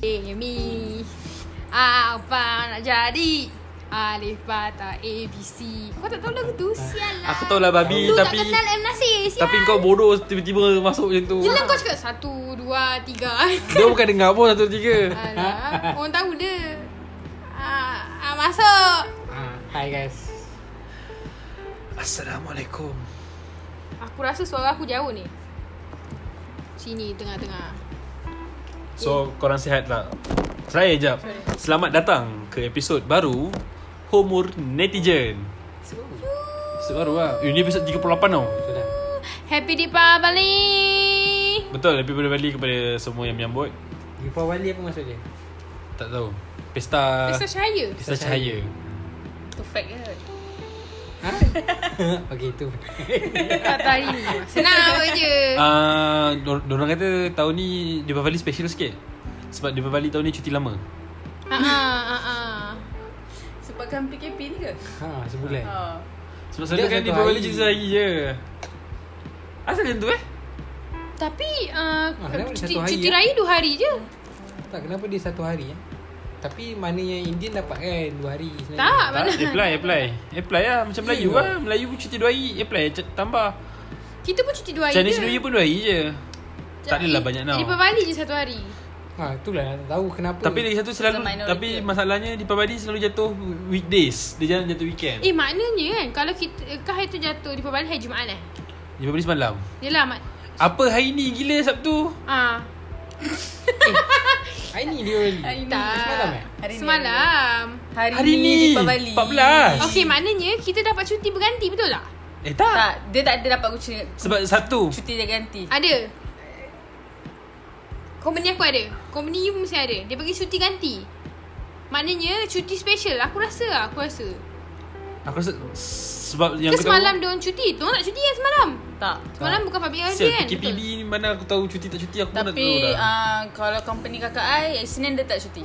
Eh, Tadi Alif Bata A B C Kau tak tahu lagu tu Sial lah Aku tahu lah babi Lu tapi tak kenal M. Nasir Sial tapi kau bodoh tiba-tiba masuk macam tu. Yelah kau cakap Satu Dua Tiga Dia bukan dengar pun satu tiga. Alah Orang tahu dia ah, ah, Masuk Ah, hi guys. Assalamualaikum. Aku rasa suara aku jauh ni Sini tengah-tengah So korang sihat tak? Seraya jap. Selamat datang ke episod baru Homur Netizen. Episod baru lah. Eh, Ini episod 38 tau. Sudah. Happy Deepavali Betul, lebih boleh balik kepada semua yang menyambut. Deepawali apa maksud dia? Tak tahu. Pesta Pesta Cahaya Pesta cahaya. Perfect ke Ha? Okey tu. Kata hari ni Senang apa je Ah, uh, orang kata tahun ni Deepavali special sikit. Sebab Deepavali tahun ni cuti lama. Ah, ah, ah, ah. Sebabkan PKP ni ke? Ha, sebulan. Oh. Ha. Sebab selalu Dia kan satu Deepavali hari. cuti sehari je. Asal macam tu eh? Tapi ah, kenapa cuti, satu hari, cuti eh? raya dua hari je Tak kenapa dia satu hari eh? Tapi mana yang Indian dapat kan dua hari Tak Ya, sebenarnya. Tak, Ah, mana Ah, apply, apply. Apply lah. Macam Ya Melayu ke? lah. Melayu pun cuti dua hari. Apply, c- tambah. Kita pun cuti dua hari Chinese je. New Year pun dua hari je. Tak adalah banyak now. Jadi berbalik je satu hari Ha, itulah tak tahu kenapa. Tapi lagi satu selalu It's a minority. Tapi lah. masalahnya Deepavali selalu jatuh weekdays Dia jangan jatuh weekend Eh maknanya kan Kalau kita Kan hari tu jatuh Di berbalik hari Jumaat eh Deepavali semalam Yelah mak Apa hari ni gila Sabtu Ah, hari ni Ah, dia hari. Hari ni. tak. Semalam eh? Hari ni, Semalam. Hari, Hari ni ni, Deepawali 14. Okey, maknanya kita dapat cuti berganti betul tak? Eh tak, Tak, dia tak ada dapat cuti, Sebab Sabtu cuti dia ganti. Ada. Company aku ada. Company you pun mesti ada. Dia bagi cuti ganti. Maknanya cuti special. Aku rasa lah, aku rasa. Aku rasa Sebab yang Ah. Ke semalam dia orang cuti. Tu nak cuti kan semalam? Tak. Semalam bukan public holiday Sial kan? ah, PKPB ni mana aku tahu cuti tak cuti Aku pun nak tahu Tapi dah uh, kalau company kakak I, eh, Senin dia tak cuti.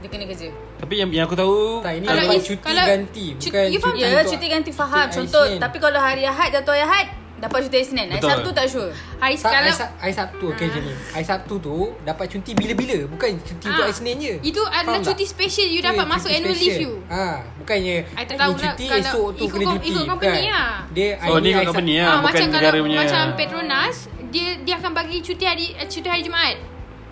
Dia kena kerja. Tapi yang, yang aku tahu Tak, ini Kalau dapat is- cuti kalau- ganti. cuti- Bukan you faham Ya, yeah, untuk- cuti ganti faham. cuti hari Contoh, Senin. tapi kalau hari Ahad jatuh hari Ahad, dapat cuti hari Senin. Hari Betul. Sabtu tak sure. Hari Tak, hari, sekarang Sab- hari Ah. Sabtu okay, macam ni Hari Sabtu tu Dapat cuti bila-bila Bukan cuti untuk Ah. hari Senin je Itu adalah Faham tak? cuti special You Itu dapat yang masuk cuti annual special. leave you ha, Bukannya I tak ni tahu lah cuti kalau esok tu ikut kena kom- cuti ikut company Bukan. lah. Dia Oh ni hari kat company Sab- lah Bukan Ah, macam negara kalau punya macam Petronas dia dia akan bagi cuti hari eh, cuti hari Jumaat.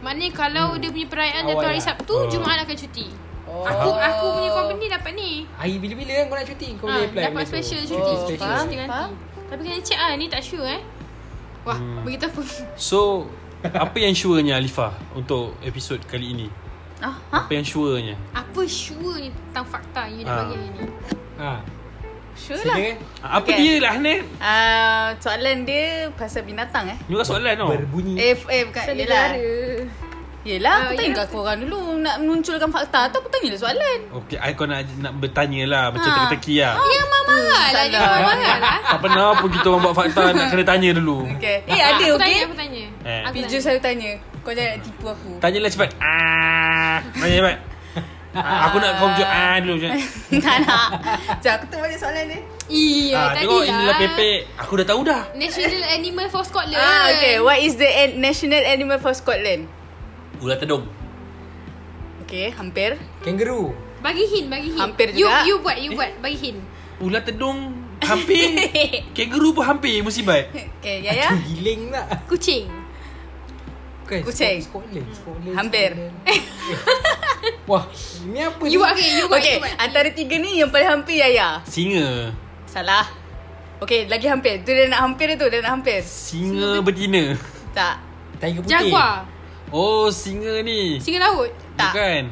Maknanya kalau hmm. dia punya perayaan Awal jatuh hari lah. Sabtu, Oh. Jumaat akan cuti. Oh. Aku aku punya company dapat ni. Hari bila-bila kan kau nak cuti Kau Ha, boleh apply dapat benda tu. special Cuti cuti Oh, special faham, cuti ganti. faham. Tapi kena check ah ni tak sure eh. Wah, Hmm. begitu apa? So Apa yang surenya Alifah Untuk episod kali ini Ah, ha? Apa yang surenya Apa sure ni tentang fakta yang you nak Ah. bagi hari ni? ha. eh? Sure lah. Sedia Apa Okay. dia lah Ahmed Uh, soalan dia pasal binatang eh. Ni bukan soalan tau Berbunyi Eh, f- eh bukan. Pasal Yelah. negara. Yelah, Ah, aku tanya ya. kat korang dulu. Nak munculkan fakta atau aku tanya lah soalan? Okay, I kau nak, nak bertanya lah Macam Ha. teki-teki lah Dia marah-marah lah, dia salah. marah-marah lah. Tak pernah pun kita orang buat fakta Nak kena tanya dulu Okay. Eh, ada Aku okey. tanya, aku tanya. Eh. Aku Piju tanya. selalu tanya Kau jangan nak tipu aku Tanyalah cepat ah, Tanya cepat ah, Aku nak kau jawab ah dulu macam Tak nak Sekejap aku tengok balik soalan dia Ya, Iya, ah, tadi Tengok inilah lah. pepek Aku dah tahu dah National Animal for Scotland. Ah, okay. What is the an- national animal for Scotland? Ular tedung Okay, hampir. Kangaroo Bagi hint, bagi hint. Hampir you, juga. Eh? You buat, you buat. Bagi hint. Ular tedung Hampir Kangaroo pun hampir musibat Okay, Yaya. Giling tak Kucing. Bukan Kucing. Scotland Scotland Hampir. Scotland. Wah Ni apa You buat, okay. You buat, Okay, you buat. antara tiga ni yang paling hampir Yaya. Singa Salah. Okay, lagi hampir. Tu dia nak hampir dia tu, dia nak hampir. Singa betina Tak. Tiger putih Jaguar. Oh singa ni Singa laut. Tak. Bukan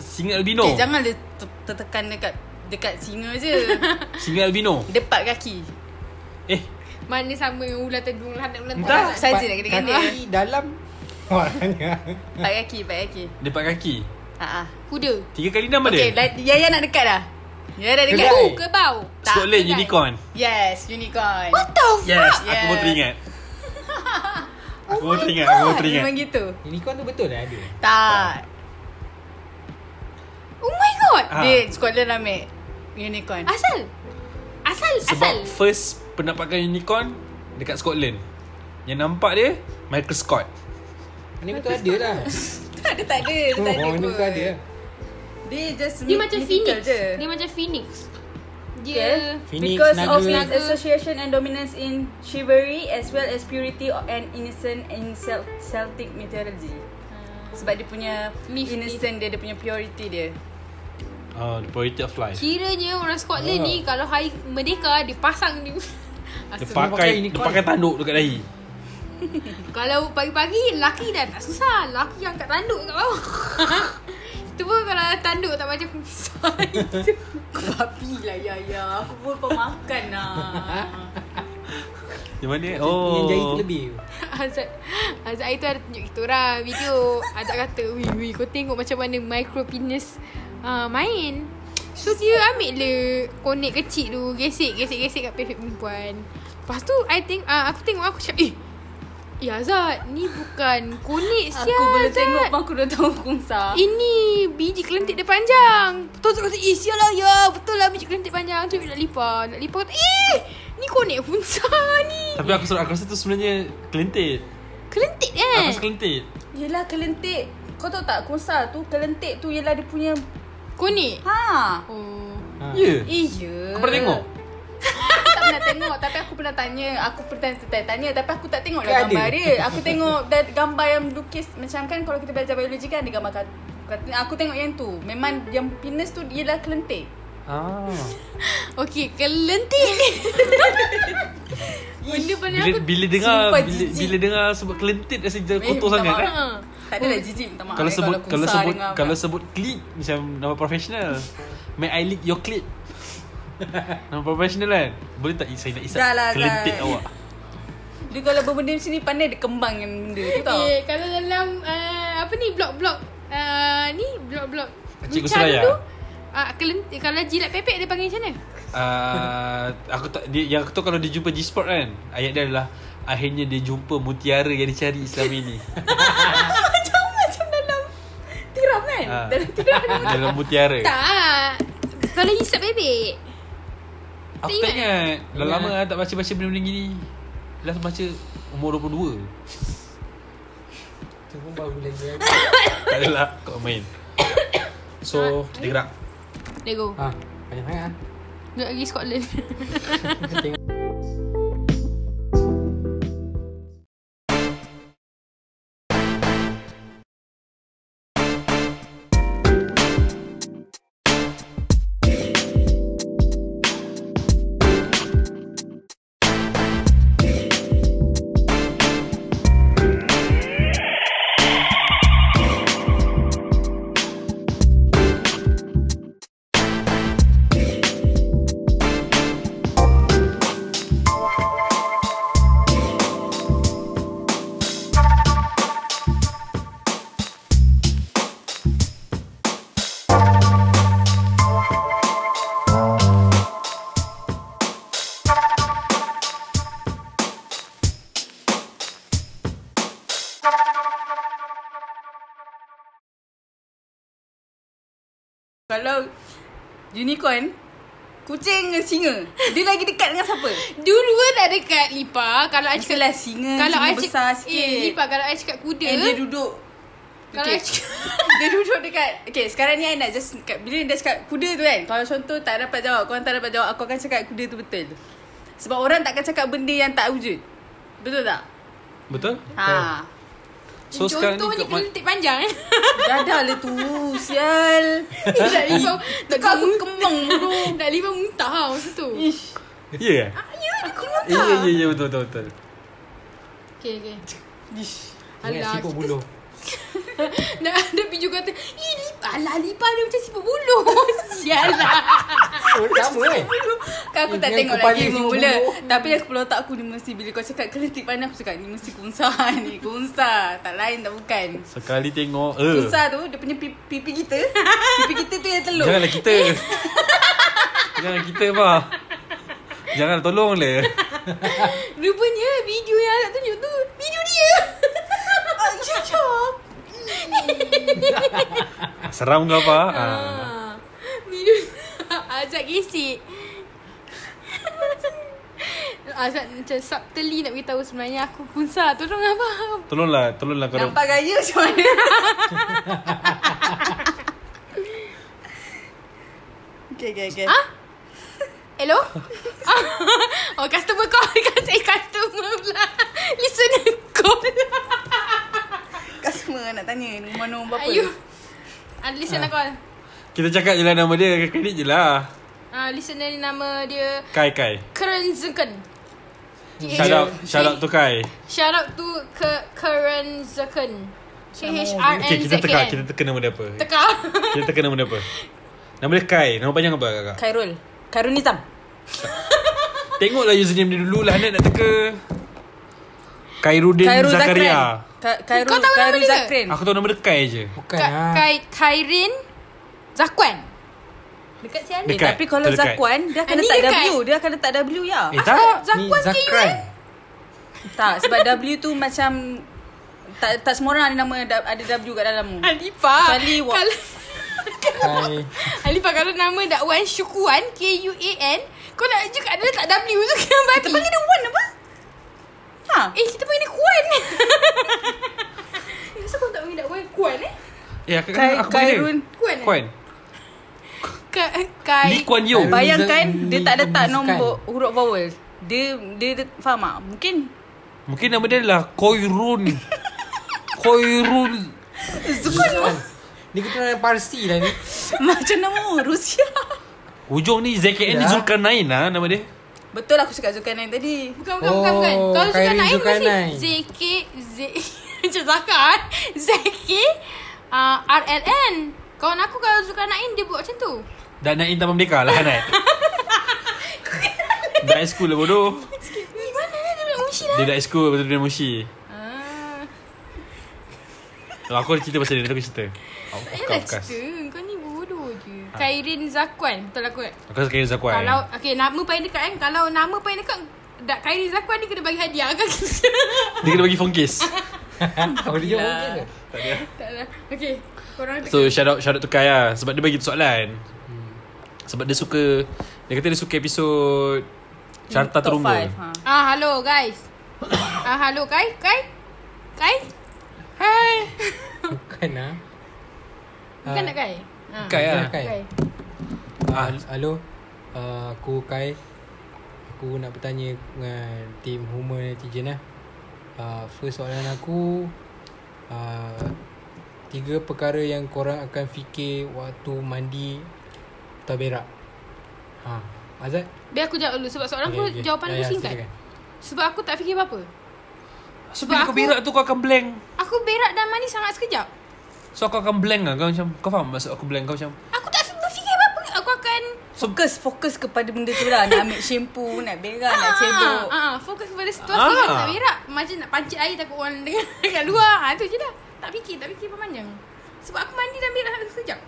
Singa albino Okay, jangan dia ter- tertekan dekat dekat singa je. Singa albino Depat kaki. Eh Mana sama yang ular tedung lah. Anak ular tedung. Entah. Saja Pat- nak kena ganda. kaki dalam Warnanya Empat kaki, empat kaki. Depan kaki Ha ah. Kuda. Tiga kali enam Okay, ada la- Yaya nak dekat dah. Yaya dah dekat. Kedai. Kuku, kebau. tak, Scotland kedai. unicorn Yes, unicorn. What the fuck? Yes Aku Yeah. baru teringat Aku baru teringat Aku baru eh? teringat Memang gitu. Unicorn tu betul lah ada Tak. Oh my god. Ah. Dia Scotland lah mate Unicorn Asal? Asal, Sebab asal. first pendapatkan unicorn dekat Scotland. Yang nampak dia Michael Scott. Ni betul ada lah Tak ada tak ada Dia Oh, tak ada ni kot betul ada lah Dia just Dia mi- macam mythical Phoenix je. Dia macam Phoenix Dia Okay. Phoenix, Because of naga. his association and dominance in chivalry as well as purity and innocent in Cel- Celtic mythology. Sebab dia punya Myth- innocent dia, dia punya purity dia. Oh, the purity of life. Kiranya orang Scotland Ah. ni Kalau hari merdeka Dia pasang ni Dia Astaga. pakai pakai, dia unicorn. pakai tanduk dekat dahi. Kalau pagi-pagi Laki dah tak susah Laki angkat tanduk kat bawah Itu pun kalau tanduk tak macam besar itu. Babi lah ya ya. Aku pun pemakan lah. Yang mana? Oh. Yang Oh. jari terlebih Azad Azad itu ada tunjuk kita orang video Azad kata Wih wih kau tengok macam mana micro penis uh, main So dia ambil le Connect kecil tu Gesek gesek gesek kat penis perempuan Lepas tu I think uh, Aku tengok aku cakap Eh Ya Azad Ni bukan connect Aku sial Azad. boleh tengok pun aku dah tahu kungsa. Ini biji kelentik dia panjang. Betul tak kata, eh sial lah ya. Betul lah biji kelentik panjang. Tu nak lipa. Nak lipa kata, eh ni konek funsa ni. Tapi aku suruh aku rasa tu sebenarnya kelentit. Kelentik Aku kan? rasa kelentit. Yelah kelentik. Kau tahu tak kungsa tu kelentik tu yelah dia punya Konek. ha. Oh. ha. Ya. Eh ya. Kau pernah tengok? tak pernah tengok tapi aku pernah tanya aku pernah tanya, tanya tapi aku tak tengok Kan lah ada? gambar dia aku tengok dah gambar yang lukis macam kan kalau kita belajar biologi kan ada gambar kat, kat aku tengok yang tu memang yang penis tu ialah kelentik Ah. Okey, kelentik ni. Benda paling aku Bila, bila dengar sumpah bila, jijik. bila dengar sebut kelentit rasa dia Eh, kotor minta sangat. maaf. Kan? Ha. tak ada lah jijik minta maaf Kalau eh, sebut kalau kusah sebut dengar kalau kan. sebut clit macam nama profesional. May I lick your clit? nama profesional kan? Boleh tak saya nak isap Dah lah, kelentit Zai. awak? dia kalau berbenda macam ni pandai dia kembang yang benda tu tau Eh, kalau dalam uh, apa ni blok-blok uh, ni blok-blok Cikgu Lucah Suraya. dulu, Ah, kelentik kalau jilat pepek dia panggil macam mana? Ah, aku tak dia, yang aku tahu kalau dia jumpa G-Sport kan. Ayat dia adalah akhirnya dia jumpa mutiara yang dicari selama ini. macam macam dalam tiram kan Ah. dalam tiram Dalam mutiara. Tak. Kalau hisap bebek. Aku tak ingat Dah Ingat. lama Ya. lah tak baca-baca benda-benda gini Last baca umur 22 Tu pun baru lagi Tak adalah kau main So kita gerak Let go. ha. Banyak sangat ah. Duduk lagi Scotland. kalau unicorn kucing dengan singa dia lagi dekat dengan siapa Dua-dua tak dekat Lipa. Kalau I cakap Mestilah lah singa kalau Singa I besar cakap sikit eh, Lipa kalau I cakap kuda. And dia duduk Kalau I cakap Dia duduk dekat Okay sekarang ni I nak just kat, Bila dia cakap kuda tu kan Kalau contoh tak dapat jawab Korang tak dapat jawab Aku akan cakap kuda tu betul Sebab orang takkan cakap benda yang tak wujud Betul tak? Betul? Ha So sekarang ni Contohnya kat ma- kelentik panjang eh. Dadah lah tu Sial Nak Lipa Tekak aku kembang bro Nak Lipa muntah lah masa tu. Ish Ya yeah. Ya, dia Ya ya muntah. ya ya, betul betul betul Okay, okay. Ish Ingat Alah, siput kita- buluh Nak ada biju kata, Ih, Lipa. Alah, Lipa dia macam siput buluh. Sial lah. Oh, Sama eh Kan aku Eh, tak dia tengok kepala lagi semua mula bulu. Tapi yang kepala otak aku ni mesti Bila kau cakap kelentik pandai Aku cakap ni mesti kunsa ni Kunsa Tak lain tak bukan Sekali tengok eh, Kunsa tu dia punya pipi, pipi kita Pipi kita tu yang telur Janganlah kita Jangan kita apa Jangan tolong le Rupanya video yang Azad tunjuk tu, video dia. Seram ke apa ha. Ah. Video Azad gesek. Ah, Azad macam subtly nak beritahu sebenarnya aku kunsa. Tolong abang. Tolonglah Tolonglah kau Nampak gaya macam mana Okay, okay, okay. Ah? Hello? oh, customer call. Kata eh, customer pula. Listener call. Customer nak tanya nombor nombor Apa? berapa. You. Uh, listener call. Kita cakap je lah nama dia Kredit je lah Uh, listener ni nama dia Kai Kai Karen Zucken. Ya. Shout out Shout out to Kai Shout out to Ke- Karen Zucken. Okay kita teka Kita K-H-R-N-Z-K-N. teka nama dia apa Teka. Kita teka nama dia apa Nama dia Kai Nama panjang apa kakak Khairul. Khairul Nizam. Tengoklah username dia dulu lah Nak nak teka Khairuddin Khairul Zakaria. Zakaria Ka- Khairul Kau tahu nama Khairul dia? Zakrin. Aku tahu nama dia Kai je Ka- Bukan lah. Kai- Kairin Zakwan. Dekat siapa? Eh, Dekat. tapi kalau Terdekat. Zakwan dia akan Ah, ni letak dekat. W, dia akan letak W ya. Eh tak Ni Zakwan ke Zakran. UN? Tak sebab W tu macam tak tak semua orang ada nama da- ada W kat dalam. Alifa. Kecuali wa- Kalau Kai. Alifa kalau nama dakwan Syukuan K U A N kau nak je kat dia tak W tu kena babi. Kita panggil dia Wan apa? Ha. Eh kita panggil dia Kuan. eh, kenapa kau tak panggil dakwan Kuan eh? Eh aku Kai- aku panggil Khairun. Kuan. Eh? Kuan Ka- Kai. Lee Kuan Yew Khairul Bayangkan Zak- dia tak letak Zakrin. kan? nombor huruf vowel. Dia dia, dia faham tak? Mungkin Mungkin nama dia adalah Koirun Koirun Zakrin Ni kita orang Parsi lah ni. macam nama Rusia. Hujung ni ZKN ni Ya. Zulkarnain lah nama dia Betul aku cakap Zulkarnain tadi. Bukan bukan bukan bukan. Oh, Kalau suka Khairi naik Zulkarnain. mesti Z K Z macam Zaka. eh. Z K uh, R L N. Kawan aku kalau suka naik dia buat macam tu. Dan Nain Taman Merdeka lah Hanat Dah high school lah bodoh Gimana lah dia nak mushi lah. Dia dah high school Lepas tu dia mushi Ah. oh, Aku ada cerita pasal dia Nanti aku cerita Aku Tak payahlah cerita Kau ni bodoh je ha. Ah. Kairin Zakwan Betul aku kan Aku rasa kira Zakwan Kalau Okay nama paling dekat kan Kalau nama paling dekat Dak Kairin Zakwan ni kena bagi hadiah kan Dia kena bagi phone case Kau dia Gila. mungkin ke? Tak lah Okay Korang So shout out, shout out to Kai lah Sebab dia bagi tu soalan Sebab dia suka Dia kata dia suka episod Carta Top Terumbu five, ha. Ah hello guys Ah hello Kai Kai Kai Hai Bukan lah. Bukan nak Kai Ah. Kai lah Kai. Kai ah, Ah, Hello. Uh, aku Kai. Aku nak bertanya dengan tim humor netizen lah. Uh, first soalan aku uh, Tiga perkara yang korang akan fikir Waktu mandi Atau berak ha. Azad Biar aku jawab dulu Sebab soalan aku Okey, okey. Jawapan Ya, aku ya, singkat silakan. Sebab aku tak fikir apa-apa So Sebab bila kau aku- berak tu kau akan blank Aku berak dan mandi sangat sekejap So kau akan blank lah Kau macam Kau faham maksud aku blank Kau macam Aku tak berfikir apa-apa Aku akan Fokus fokus kepada benda tu lah Nak ambil shampoo Nak berak Nak cebok Ah, ah, fokus kepada situasi ah. Ah. kan tak berak. Macam nak pancit air takut orang dengar kat luar. Ha, tu je dah. Tak fikir, tak fikir panjang. Sebab aku mandi dan berak sekejap.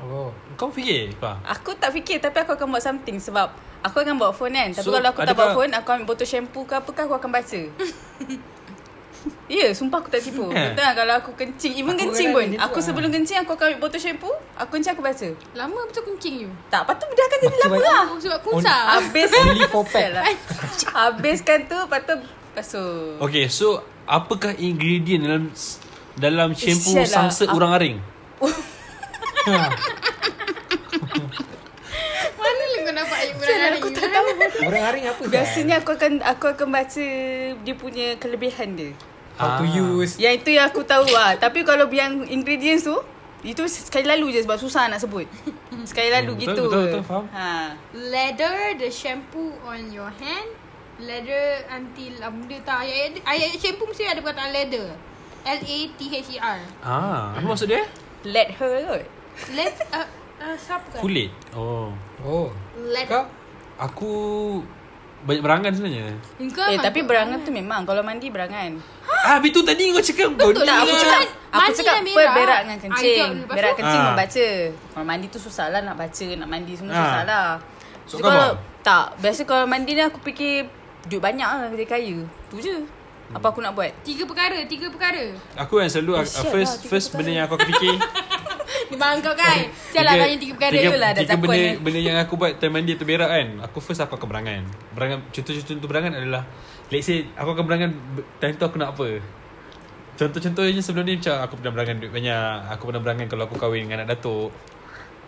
Oh Kau fikir lah. Fah Aku tak fikir Tapi aku akan buat something Sebab Aku akan bawa phone kan Tapi So, so, kalau aku tak adakah- bawa phone Aku ambil botol shampoo ke apa ke Aku akan baca Ya yeah, sumpah aku tak tipu Eh. Betul lah kalau aku kencing Even Aku kencing kadang pun gitu Aku lah. sebelum kencing Aku akan ambil botol shampoo Aku kencing aku baca Lama betul kencing you. Tak Lepas tu dia akan jadi Baca lama baca. lah Oh, sebab kusah. Habis Only four pack. Habiskan tu Lepas tu Basuh Okay so Apakah ingredient dalam Dalam shampoo sial lah. sangsa Aku- orang aring ha. Mana lah kau dapat air berak Sial, dari aku you, tak eh? tahu Orang haring apa Biasanya aku akan Aku akan baca Dia punya kelebihan dia How to Ah. use Yang itu yang aku tahu lah Tapi kalau yang ingredients tu Itu sekali lalu je Sebab susah nak sebut Sekali lalu Hmm, betul, gitu betul, je. betul, faham. ha. Lather the shampoo on your hand. Lather until ah, benda tak ayat ayat shampoo mesti ada perkataan lather. L A T H E R. Ah, Apa maksud dia? Let her kot Let uh, uh, siapa kan? Kulit Oh Oh Let. Kau Aku Banyak berangan sebenarnya Kau Eh tapi mantap. berangan tu memang Kalau mandi berangan Ah Bitu tadi kau cakap kau lah. Betul Tak aku Berangan. cakap Aku Mandi cakap dan per berak. berak dengan Ah, kencing jawab lepas Berak tu. kencing Ah. membaca Kalau mandi tu susah lah Nak baca Nak mandi semua Ah. susah lah So, Jadi kau kalau, buat? Tak Biasa kalau mandi ni aku fikir Duit banyak lah Kerja kaya Tu je Hmm. Apa aku nak buat Tiga perkara, tiga perkara. Aku yang selalu uh, Eh, siap First lah, tiga first perkara. benda yang aku akan fikir Memang kau kan. Sialah tiga- tanya tiga perkara tiga, tu lah. dah Tiga zakwan benda, ni. benda yang aku buat Time mandi atau berak kan Aku first aku akan berangan Berangan Contoh-contoh berangan adalah Let's say Aku akan berangan b- Time tu aku nak apa Contoh-contohnya sebelum ni Macam aku pernah berangan duit banyak Aku pernah berangan Kalau aku kahwin dengan anak datuk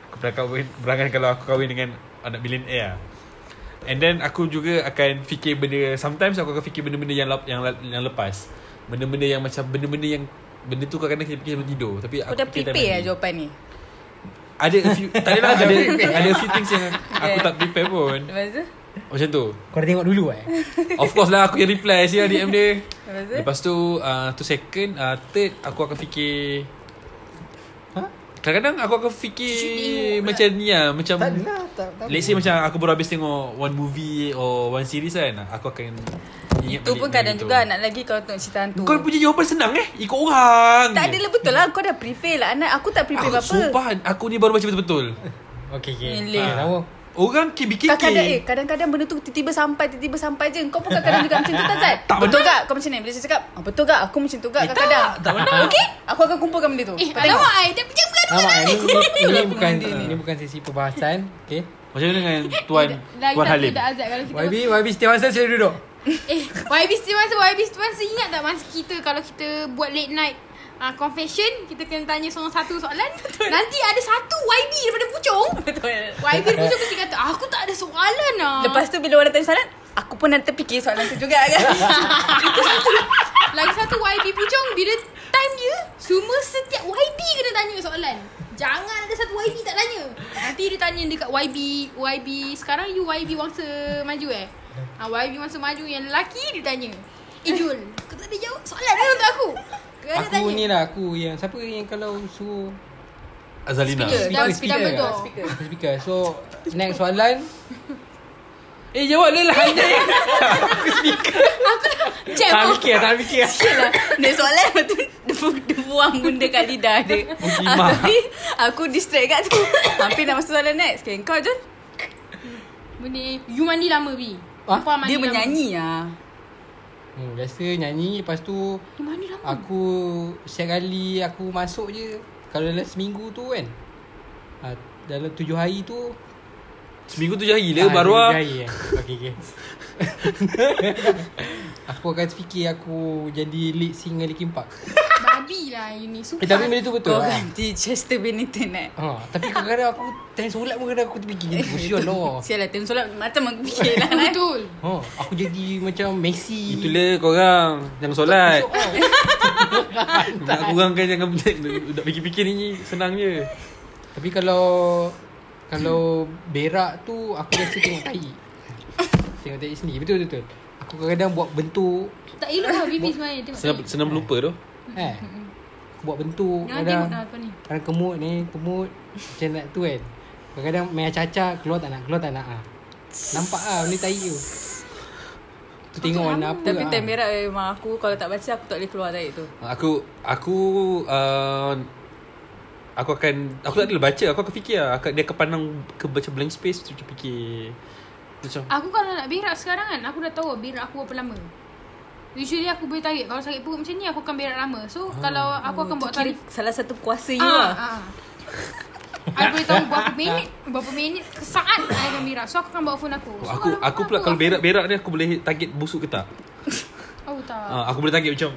Aku pernah kahwin Berangan kalau aku kahwin dengan Anak billionaire lah. And then aku juga akan fikir benda Sometimes aku akan fikir benda-benda yang, lap- yang, la- yang lepas Benda-benda yang macam Benda-benda yang Benda tu kadang-kadang kita fikir sebelum tidur Tapi Kau dah fikir time prepare lah mandi. jawapan ni Ada a few Tak adalah ada, ada a few things yang Aku tak prepare pun Lepas tu Eh. Macam tu Kau dah tengok dulu eh Of course lah aku yang reply Sia DM dia Lepas tu Lepas tu uh, Tu second uh, Third Aku akan fikir Hah? Kadang-kadang aku akan fikir Macam ni lah Macam Tak adalah tak, tak Let's say macam Aku baru habis tengok One movie Or one series kan Aku akan ingat Itu balik pun benda kadang tu. juga Nak lagi kalau tengok cerita hantu Kau punya jawapan senang eh Ikut orang Tak je. adalah betul lah Kau dah prepare lah anak Aku tak prepare Aku apa-apa Ah, sumpah Aku ni baru baca betul-betul Okay okay Milih. Ah, Sama Orang KBKK Kadang-kadang eh, kadang-kadang benda tu tiba-tiba sampai tiba-tiba sampai je. Kau pun kadang-kadang juga macam tu tak Zat? Tak betul betul. tak? Kau macam ni bila saya cakap, oh, betul tak? Aku macam tu Eh, tak tak, kadang-kadang. tak betul. Okey, aku akan kumpulkan benda tu. Eh, Kau tengok. alamak ai. Dia macam bukan Nama eh, ini, ini, ini Itulah bukan benda ni. ini bukan sesi perbahasan okay Macam mana dengan Tuan Lagi Tuan tak Halim tidak azab kalau kita YB YB setiap masa saya duduk Eh, YB Steven YB Steven ingat tak masa kita kalau kita buat late night uh, confession, kita kena tanya seorang satu soalan. Nanti ada satu YB daripada pucung. Betul. YB daripada pucung mesti kata, "Aku tak ada soalan ah." Lepas tu bila orang tanya soalan, aku pun nanti fikir soalan tu juga kan. lagi satu YB pucung bila time dia, semua setiap YB kena tanya soalan. Jangan ada satu YB tak tanya. Nanti dia tanya dekat YB, YB sekarang you YB Wangsa Maju eh? Ah ha, YB Wangsa Maju yang lelaki dia tanya. Eh Jul, kau tak ada jawab soalan ni untuk aku. Kena Aku tanya. ni lah aku yang siapa yang kalau suruh Azalina Speaker. Dalam speaker speaker, betul. speaker. speaker. So next soalan Eh jawab dia lah Anjay Jam. Tak fikir tak fikir lah. Dia soalan lepas tu dia, bu- dia buang bunda kat lidah dia. Mukimah. Tapi aku distract kat tu. Hampir nak masuk soalan next. Okay, kau je. Benda You mandi lama Bi Ha? Kau mandi Dia lama. menyanyi ah. hmm, Biasa nyanyi Lepas tu You mandi lama Aku Setiap kali aku masuk je Kalau dalam seminggu tu kan ah, Dalam tujuh hari tu Seminggu tu jahil lah ah, Baru tujuh lah hari kan Okay okay Aku akan fikir aku jadi lead singer Linkin Park Babi lah you ni Sumpah eh, Tapi benda tu betul Kau lah. ganti Chester Bennington eh. Ha, tapi kadang-kadang aku time solat pun kadang aku terfikir Aku sial lah Sial lah, time solat macam aku fikir lah. kan. Betul ha, Aku jadi macam Messi Itulah korang Jangan solat Besok lah. Nak kurangkan jangan Nak fikir-fikir ni Senang je Tapi kalau Kalau berak tu Aku biasa tengok tai Tengok tai sendiri Betul betul, betul. Aku kadang-kadang buat bentuk Tak elok lah Bibi sebenarnya Tengok Senang, saya. senang lupa tu eh, Aku buat bentuk Jangan Kadang tengok lah, dah kau ni Kadang kemut ni Kemut Macam nak tu kan Kadang-kadang main caca Keluar tak nak Keluar tak nak ah. Nampak lah benda tai tu Tu tengok warna apa lah. Tapi ah. time merah memang aku kalau tak baca aku tak boleh keluar dari tu. Aku Aku uh, Aku akan Aku tak adalah baca Aku akan fikir lah aku, Dia akan pandang ke, Macam blank space Macam fikir Macam Aku kalau nak berak sekarang kan Aku dah tahu berak aku berapa lama Usually aku boleh tarik Kalau sakit perut macam ni Aku akan berak lama So kalau aku akan Tu buat kira tarik Salah satu kuasa you Ah, lah. ah. Aku boleh tahu berapa minit Berapa minit Saat I akan berak So aku akan bawa phone aku so, Aku kalau aku pula Kalau berak-berak ni Aku boleh target busuk ke tak Oh tak uh, Aku boleh target macam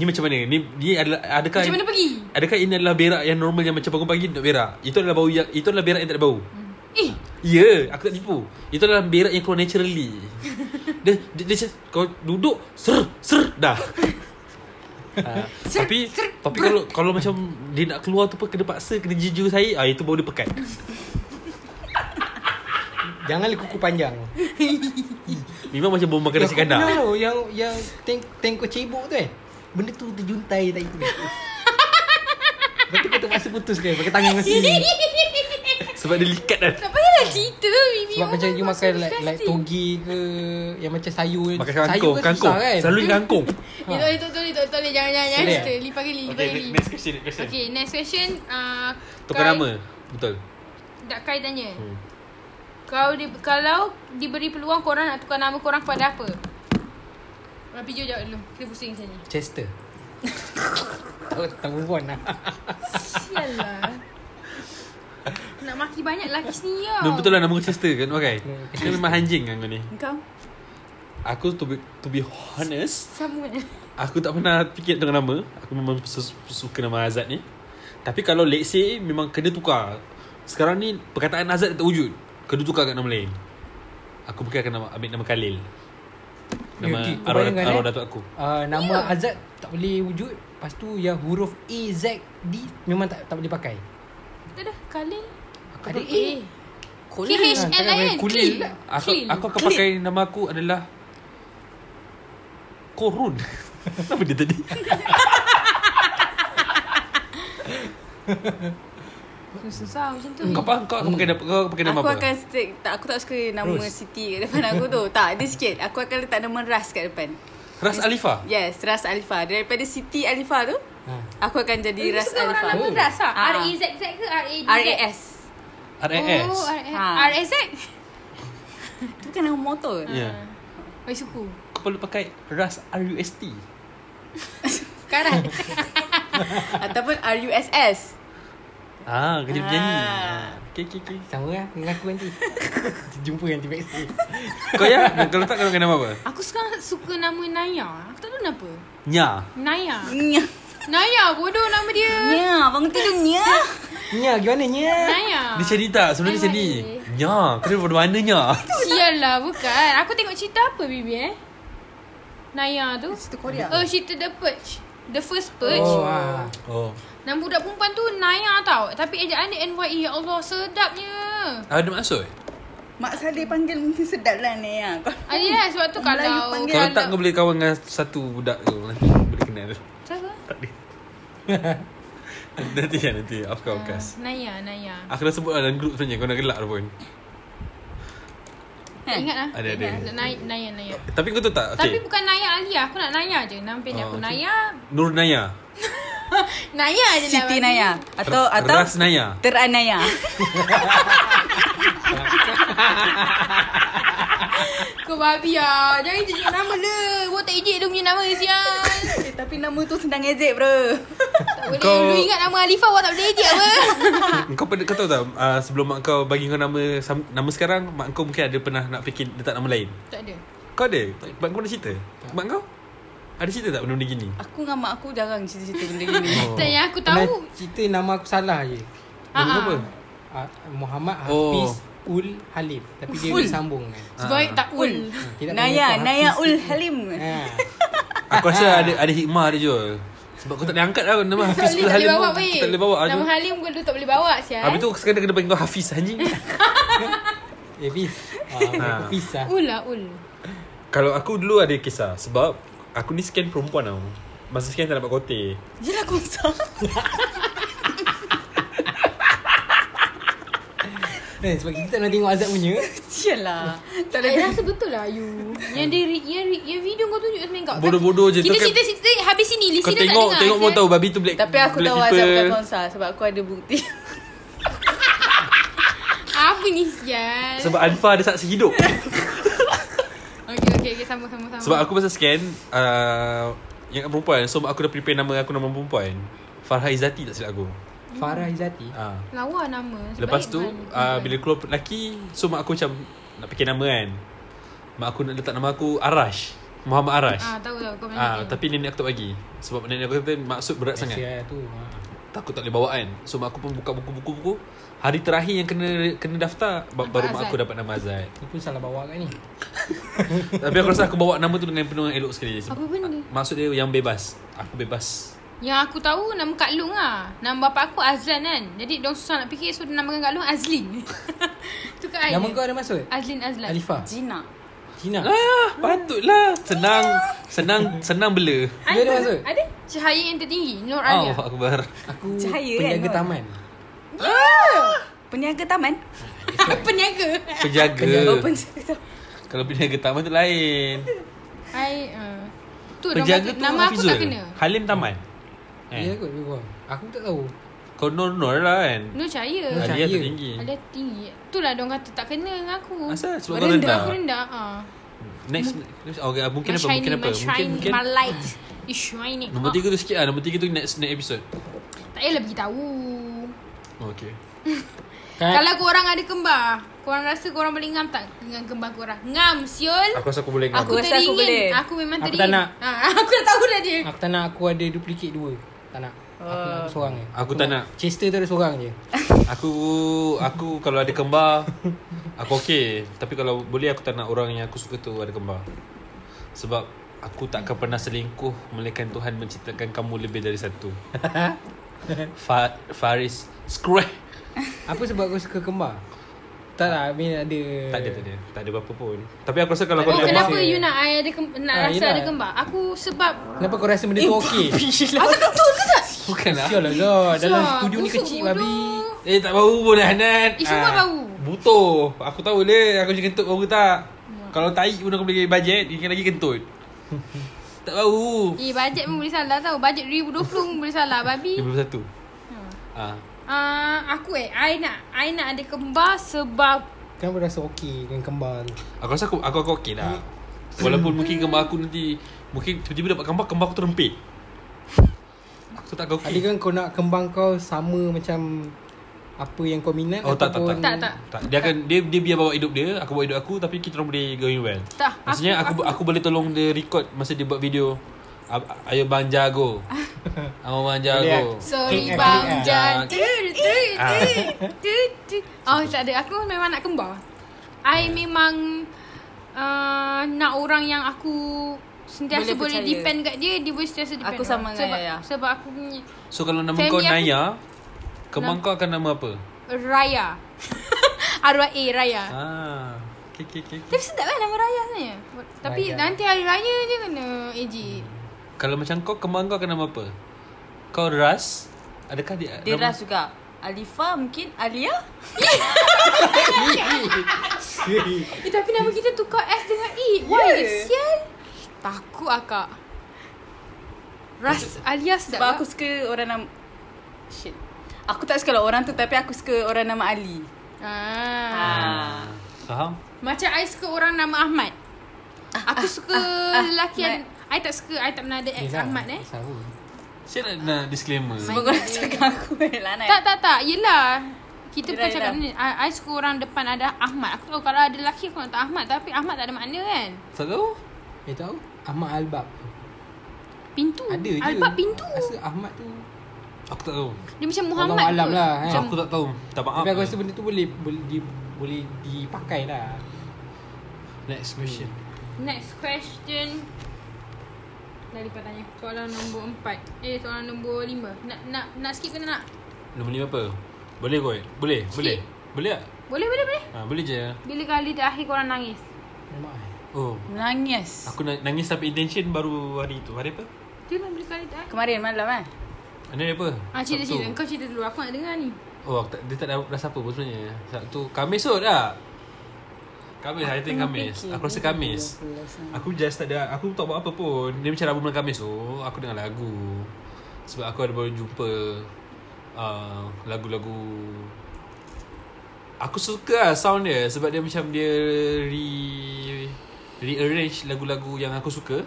Ni macam mana Ni, ni adalah Adakah Macam mana pergi Adakah ini adalah berak yang normal yang macam bangun pagi nak berak? Itu adalah bau yang itu adalah berak yang tak ada bau. Hmm. Eh Ya, yeah, aku tak tipu. Itu adalah berak yang keluar naturally. dia, dia, dia, macam- kau duduk ser ser dah. Ha, tapi tapi kalau kalau macam dia nak keluar tu pun kena paksa kena jujur saya ah itu bau dia pekat. Jangan le kuku panjang Memang macam bau makan nasi Yang kandar. kau pernah tau, Yang yang tank tank kau cebok tu kan. Benda tu terjuntai tak itu. Lepas tu kau terpaksa putuskan kan, pakai tangan kau sini. Sebab dia likat dah. Tak payahlah cerita Bibi Oh Sebab macam you makan like, like disgusting. togi ke yang macam sayur Makan sayur kangkung, kan kangkung. susah kan. Selalu dia kangkung. Eh, tak boleh, tak boleh, tak boleh, tak boleh. Jangan, jangan, jangan. Boleh, Cerita. Lipat kali, lipat kali. question, next Okay, next question. Uh, Tukar nama. Betul. Tak, Kai tanya. Hmm. Kau di, kalau diberi peluang korang nak tukar nama korang kepada apa? Rapi Jo jawab dulu. Kita pusing sini. Chester. Kalau tak move on lah. Sial lah. Nak maki banyak lelaki sini tau. No, betul lah nama kau Chester kan pakai. Hmm. Dia memang anjing kan kau ni. ah. Kau? Aku to be, to be honest Sama. Aku tak pernah fikir tentang nama Aku memang su- suka nama Azad ni Tapi kalau let's say Memang kena tukar Sekarang ni perkataan Azad tak wujud. Kena tukar kat nama lain. Aku pakai akan nama, ambil nama Khalil. Nama Ya, kau arwah, bayangkan, arwah eh? datuk aku. Uh, nama yeah. Azad tak boleh wujud. Lepas tu yang huruf A, Z, D memang tak tak boleh pakai. Tak dah Khalil Aku ada A. eh. KHLIN, Takkan Eh, Kulil. boleh Kulil Aku, Kulil. aku akan pakai nama aku adalah Korun. Apa dia tadi? Susah macam tu Kau faham? Kau akan pakai, nama- kau pakai nama Aku apa? akan stick, tak, Aku tak suka nama Rose. city kat depan aku tu Tak ada sikit Aku akan letak nama Ras kat depan Ras Alifa. Yes Ras Alifa Daripada Siti Alifa tu Ha. Aku akan jadi Ras Suka Eh, orang nama Alifa Ras lah Ah. R-A-Z-Z ke R-A-D-Z RAS RAS. Oh R-A- Ha. R-A-Z Itu kan nama motor Ya. Yeah. Baik suku Kau perlu pakai Ras RUST. Karat Ataupun RUSS Ah, kerja Ah. penyanyi. Ah. Okay, okay, okay. Sama lah dengan aku nanti. Jumpa nanti backstage. Kau ya? Kalau tak kau pakai nama apa? Aku sekarang suka nama Naya Aku tak tahu kenapa Nya. Naya Nya Naya bodoh nama dia Nya Abang tu tu Nya Nya, gimana Nya? Naya Dia macam ni tak? Sebenarnya macam ni. Nya. Kau daripada mana Nya? Sial lah bukan Aku tengok cerita apa Bibi eh Naya tu Cerita Korea Oh cerita The Purge The First Purge Oh, oh. ah. Oh. Dan budak perempuan tu Naya tau Tapi ejaan dia NYE Ya Allah sedapnya Ada maksud? Mak Saleh panggil mungkin sedap lah ni ya. Kau- Ah, yes, sebab tu Melayu kalau panggil Kalau tak kau boleh kawan dengan satu budak tu. Nanti boleh kenal. Siapa? Nanti ya nanti. Of course, of course. Naya, Naya Aku dah sebut lah dalam grup sebenarnya. Kau nak gelak dah pun. Tak Ingat lah Ada, ada. Ingat. Naya, Naya, Naya. Tapi kau tahu tak? Tapi Okay. bukan Naya Alia Aku nak Naya je Nama pendek Oh, aku okay. Naya Nur Naya. Naya je lah Siti babi. Naya Atau Ter- atau Ras Naya. Teranaya Kau babi lah Jangan ejek nama dia Buat tak ejek dia punya nama Sial eh, Tapi nama tu senang ejek bro Tak boleh Kau- Lu ingat nama Alifah Awak tak boleh ejek apa Kau pernah kau tahu tak uh, sebelum mak kau bagi kau nama sam- nama sekarang mak kau mungkin ada pernah nak fikir letak nama lain. Tak ada Kau ada? Mak kau pernah cerita? Mak kau? Ada cerita tak benda-benda gini? Aku dengan mak aku jarang cerita-cerita benda gini Oh. Tak yang aku Pernah tahu cerita nama aku salah je. Ha, Nama ha. apa? Ah, Muhammad Oh. Hafiz Ul Halif. Tapi dia Ul. disambung kan. Sebab Ah. tak ul Tidak Naya mengukur Naya Hafiz Ul tu. Halim Ha. Aku rasa ada ada hikmah dia Jol. Sebab kau tak boleh angkat lah nama Tak Hafiz boleh, tak boleh bawa tu. weh Tak boleh bawa lah Nama eh? Jol. Halim pun tu tak boleh bawa sial Habis tu sekarang kena panggil kau Hafiz anjing. Eh, Fiz. Ah, Ha. Aku Fiz lah. Ul lah ul Kalau aku dulu ada kisah sebab aku ni scan perempuan tau. Masa scan tak dapat kote. Yelah konsol Eh, sebab kita tak nak tengok Azad punya. Sial lah Tak Saya ada rasa betul lah you Yang dia re- yang, re- yang video kau tunjuk sebenarnya kau Bodoh-bodoh je tu Kita kan- cerita-cerita habis sini Kau Listener tak tengok dengar eh? tengok pun sial. tahu babi tu black. Tapi aku black tahu lah Azab bukan konsol Sebab aku ada bukti Apa ni sial Sebab Anfa ada saksi hidup. Okay okay, okay sama sama sama Sebab aku pasal scan uh, yang kat perempuan. So mak aku dah prepare nama aku nama perempuan. Farha Izzati tak silap aku. Farah Izzati. Ya. Ah. Lawa nama Sebaik Lepas tu kan? uh, bila keluar lelaki So mak aku macam Nak fikir nama kan Mak aku nak letak nama aku Arash Muhammad Arash Ah tahu tahu kau Ah, banyak tapi nenek aku tak bagi Sebab nenek aku kata Maksud berat Biasa sangat lah tu. Ha. Takut tak boleh bawa kan So mak aku pun buka buku-buku-buku Hari terakhir yang kena kena daftar ba- Dapat Baru mak Azad. aku dapat nama Azad Ni pun salah bawa kat ni. Tapi aku rasa aku bawa nama tu dengan penuh elok sekali Sebab- Apa benda? Maksud dia yang bebas Aku bebas Yang aku tahu nama Kak Long lah. Nama bapak aku Azlan kan. Jadi dia susah nak fikir so dia namakan Kak Long Azlin. tu kat I. Nama kau ada masuk? Azlin Azlan. Alifa. Jina Cina. Ah, patutlah Senang Senang Senang bela Ada, Dia ada masuk? Ada. Cahaya yang tertinggi Nur Allah Alia. Akbar Aku Cahaya kan penjaga kau? taman. Peniaga taman Peniaga. Penjaga Oh peniaga taman Kalau penjaga taman tu lain I uh, tu nama, Penjaga tu nama aku Hafizul. tak kena. Halim Taman eh. Dia kot lebih kurang. Aku tak tahu. Kau Nur-Nur lah kan Nur Cahaya. Nur Alia Cahaya. tertinggi Alia tinggi. Itulah dia orang kata tak kena dengan aku. Asal sebab Sebab kau rendah Aku rendah. Ah. Next next- oh, okay, Mungkin My apa Mungkin shiny, apa my Mungkin shiny, mungkin my light is shining. Nombor Ah, tiga tu sikit lah Nombor tiga tu next next episode Tak lah payahlah beritahu. Oh, Okay Kan? Kalau korang ada kembar, korang rasa korang boleh ngam tak dengan kembar korang? Ngam, siul. Aku rasa aku boleh Aku, rasa aku teringin. boleh. Aku memang Aku tak teringin. nak. Ha, Ah, aku dah tahu dah dia. Aku tak nak aku ada duplicate dua. Tak nak Aku nak aku seorang je Aku tak nak. Chester tu ada seorang je Aku Aku kalau ada kembar Aku okey Tapi kalau boleh aku tak nak orang yang aku suka tu ada kembar Sebab Aku takkan pernah selingkuh Melainkan Tuhan menciptakan kamu lebih dari satu Fa- Faris Scratch Apa sebab kau suka kembar? Tak lah I mean ada Tak Eh. ada tak ada Tak ada apa pun Tapi aku rasa kalau kau Oh ada kenapa masa. you nak I ada kem- nak Ah, rasa yelah. ada kembar? Aku sebab Kenapa kau rasa Eh, benda tu okey? Aku tak betul ke tak? Bukan lah Sial lah kau Dalam Sial, studio ni busuk kecil bodoh. babi Eh tak bau pun Hanan Ah, Eh, semua bau. Butuh Aku tahu dia Aku macam kentut bau ke tak Kalau tai pun aku boleh bajet Ingat lagi kentut Tak bau Eh bajet pun boleh salah tau Bajet 2020 pun boleh salah babi 51 Ah, uh, Aku eh I nak I nak ada kembar sebab Kenapa rasa okey dengan kembar tu? Aku rasa aku aku, aku okey lah Walaupun mungkin gambar aku nanti Mungkin tiba-tiba dapat gambar Gambar aku terempit Aku tak Ada okey kan kau nak kembang kau sama macam apa yang kau minat Oh tak tak tak. ataupun- Tak, tak. tak. Dia akan dia dia biar bawa hidup dia, aku bawa hidup aku tapi kita orang boleh going well. Tak, Maksudnya aku aku, aku boleh tolong dia record masa dia buat video. A- Ayo bang jago. Amo bang jago. Sorry Eh, eh, bang eh, eh. Jan Ah. Tu, tu, Ah. tu, tu, tu. Oh tak ada Aku memang nak kembar Ah. I memang uh, Nak orang yang aku Sentiasa Boleh boleh, percaya. depend kat dia Dia boleh sentiasa depend Aku sama orang. dengan sebab, Yaya. Sebab aku punya So kalau nama Family kau aku- Naya, kemang kau akan nama apa? Raya R-Y-A Raya Ah. Okay, okay, okay. Tapi sedap kan nama Raya sebenarnya Tapi Raya. nanti hari Raya je kena ejek Kalau macam kau kemang kau akan nama apa? Kau Ras? Adakah dia? Dia nama- ras juga Alifa mungkin Alia Eh tapi nama kita tukar S dengan E Why Yeah. Sial Takut akak Ras alias Sebab aku suka orang nama Shit Aku tak suka lah orang tu Tapi aku suka orang nama Ali ah. Ah. Faham? Macam I suka orang nama Ahmad Aku suka lelaki yang I tak suka I tak pernah ada ex Yelah, ah, Ahmad eh Saru. Saya nak, nak disclaimer. Sebab korang cakap aku eh Lanai Tak tak tak Yelah Kita Yelah, bukan cakap ni yelah. I, I suka orang depan ada Ahmad Aku tahu kalau ada lelaki aku nak tak Ahmad Tapi Ahmad tak ada makna kan Tak tahu? Eh tahu? Ahmad Albab. Pintu Ada je. Albat pintu Rasa Ahmad tu. Aku tak tahu. Dia macam Muhammad Alam kot. lah Macam kan. aku tak tahu. Tak maaf. Tapi aku rasa benda tu boleh boleh di, boleh dipakai lah. Next question. Next question Daripada tanya soalan nombor empat Eh soalan nombor lima Nak nak nak skip ke tak nak? Nombor lima apa? Boleh kot? Boleh? Boleh? Boleh tak? Boleh boleh boleh Ha, boleh je. Bila kali terakhir korang nangis? Memang. eh. Oh. Menangis Aku na- nangis sampai intention baru hari tu. Hari apa? Tu lah bila kali terakhir Kemarin malam eh Hari hari apa? Ah cerita Sabtu. cerita Kau cerita dulu Aku nak dengar ni Oh, aku tak, dia tak ada rasa apa pun sebenarnya. Sabtu. Kamis kot tak? Kamis, hari tu Kamis. Aku rasa Kamis. Aku just tak ada Aku tak buat apa pun Dia macam Rabu bulan Khamis tu Aku dengar lagu Sebab aku ada baru jumpa uh, Lagu-lagu Aku suka lah sound dia Sebab dia macam dia re, Rearrange lagu-lagu yang aku suka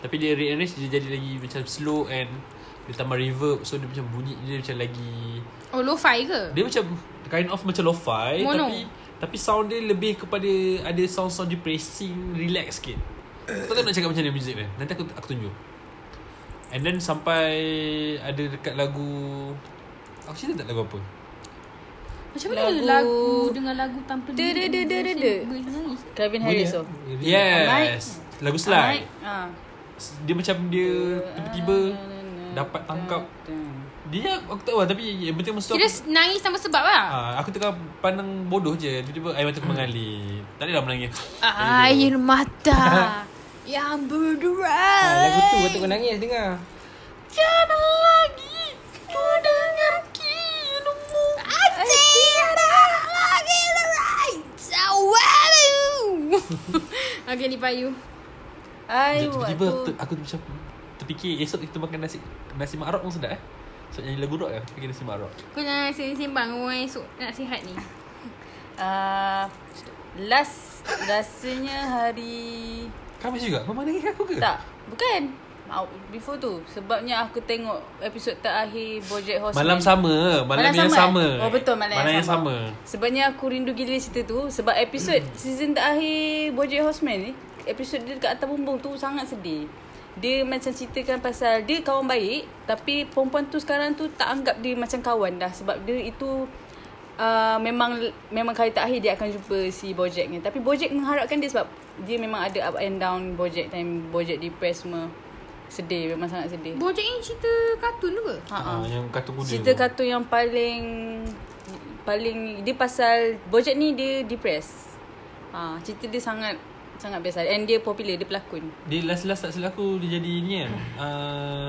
Tapi dia rearrange Dia jadi lagi macam slow and Dia tambah reverb So dia macam bunyi dia macam lagi Oh lo-fi ke? dia macam kind of macam lo-fi Mono. tapi tapi sound dia lebih kepada ada sound-sound depressing, relax sikit. Aku tak tahu nak cakap macam mana muzik dia. Nanti aku aku tunjuk. And then sampai ada dekat lagu Aku cerita tak lagu apa? Macam mana lagu, Lagu- lagu dengan lagu tanpa Dia- dia- dia- dia- dia- dia. Boleh nangis Calvin eh? Harris eh? tu Yes. Lagu Sly. Ah. Dia macam dia tiba-tiba dapat tangkap dia aku tak tahu lah, tapi yang penting masa tu Kira aku- s- nangis tanpa sebab lah Ah, aku tengah pandang bodoh je Tiba-tiba air mata aku mengalir Tak adalah menangis Ah, Air mata Yang Ha, berderai lagu tu patut kau nangis dengar. Jangan lagi ku dengar kilumu Tiada lagi lerai Tawalu Okay, Lipa you I Tiba-tiba aku, ter, waktu aku macam terfikir esok kita makan nasi nasi mak arok pun sedap eh. Sebab nyanyi lagu rock ya, pergi nasi mak arok. Kau jangan sembang orang esok nak sihat ni ah, Last Rasanya hari Kamis juga? Mama nangis aku ke? Tak Bukan Out Before tu Sebabnya aku tengok Episod terakhir Bojack Horseman Malam sama, malam, yang sama. eh? Oh betul malam, malam yang sama. Hmm. Sebabnya aku rindu gila cerita tu Sebab episod season terakhir Bojack Horseman ni Episod dia dekat atas bumbung tu sangat sedih Dia macam ceritakan pasal dia kawan baik tapi perempuan tu sekarang tu tak anggap dia macam kawan dah sebab dia itu uh, memang memang kali terakhir dia akan jumpa si Bojack ni. Tapi Bojack mengharapkan dia sebab dia memang ada up and down Bojack time Bojack depressed semua. Sedih memang sangat sedih. Bojack ni cerita kartun tu ke? Ha Ah, ah. yang kata kuda. Cerita tu. kartun yang paling paling dia pasal Bojack ni dia depressed. Ha, cerita dia sangat sangat best lah. and dia popular dia pelakon. Dia last-last tak silap aku dia jadi ni kan. Hmm. Uh,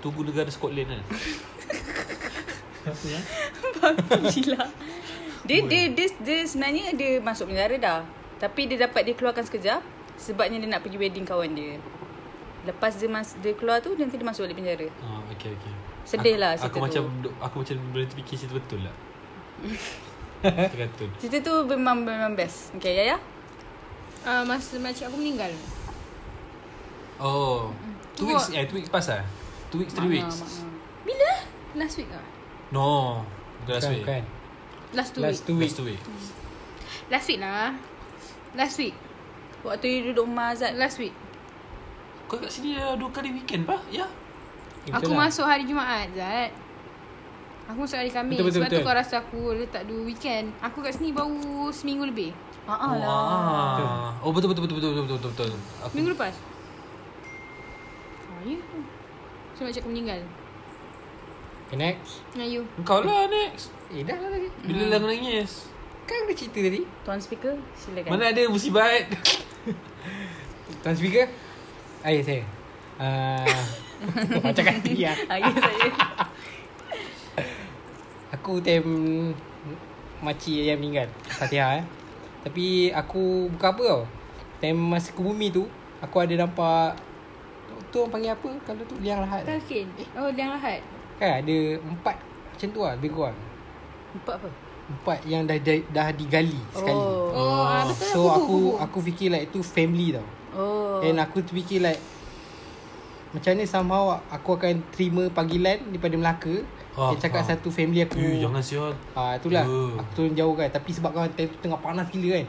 Tugu Negara Scotland kan. Apa ya? Gila. Dia, dia dia dia sebenarnya dia masuk penjara dah. Tapi dia dapat dikeluarkan sekejap sebabnya dia nak pergi wedding kawan dia. Lepas dia mas, dia keluar tu nanti dia masuk balik penjara. Ah, okay, okay. Sedih aku, lah cerita Aku tu. macam duk- aku macam boleh terfikir cerita betul lah. Cerita kartun. Cerita tu memang memang best. Okay, Yaya. Uh, masa makcik aku meninggal. Oh. Hmm. Two Tu- weeks eh two weeks pas ah. Two weeks, three weeks. Bila? Last week ah. No. Bukan last Bukan, week. bukan. Last two Last last week. two Last Kan, weeks. two week. Last week lah. Last week. Waktu you duduk rumah Azad. lah. Last week. Kau kat sini dah dua kali weekend pah? Ya. Eh, aku betul lah. masuk hari Jumaat, Zat. Aku masuk hari Khamis. Betul, betul, Sebab betul. tu kau rasa aku letak dua weekend. Aku kat sini baru seminggu lebih. Ha ah lah. Wah. Oh betul betul betul betul betul betul betul. Aku Minggu lepas. Oh, ya. So makcik aku meninggal. Okay, next. Dengan you. Kau lah next. Eh, dah lah tadi. Bila Hmm. lah kau nangis? Kan aku dah cerita tadi. Tuan speaker, silakan. Mana ada musibah? Tuan speaker. Ayah saya. Uh, macam kan tadi lah. Ah, ya saya. Aku time makcik ayah meninggal. Fatihah eh. Tapi aku bukan apa tau. Time masa ke bumi tu, aku ada nampak tu orang panggil apa kalau tu liang lahat. Talkin. Oh, yang lahat. Kan ada empat macam tu lah lebih kurang. Empat apa? Empat yang dah dah, dah digali sekali. Oh. Oh, ah, betul lah. So Kubu, aku kubu. aku fikir like tu family tau. Oh. And aku terfikir like macam ni somehow aku akan terima panggilan daripada Melaka. Ah, dia cakap faham. satu family aku. Eh, jangan sial. Ah itulah. Ya. Aku turun jauh kan. Tapi sebab kan time tu tengah panas gila kan.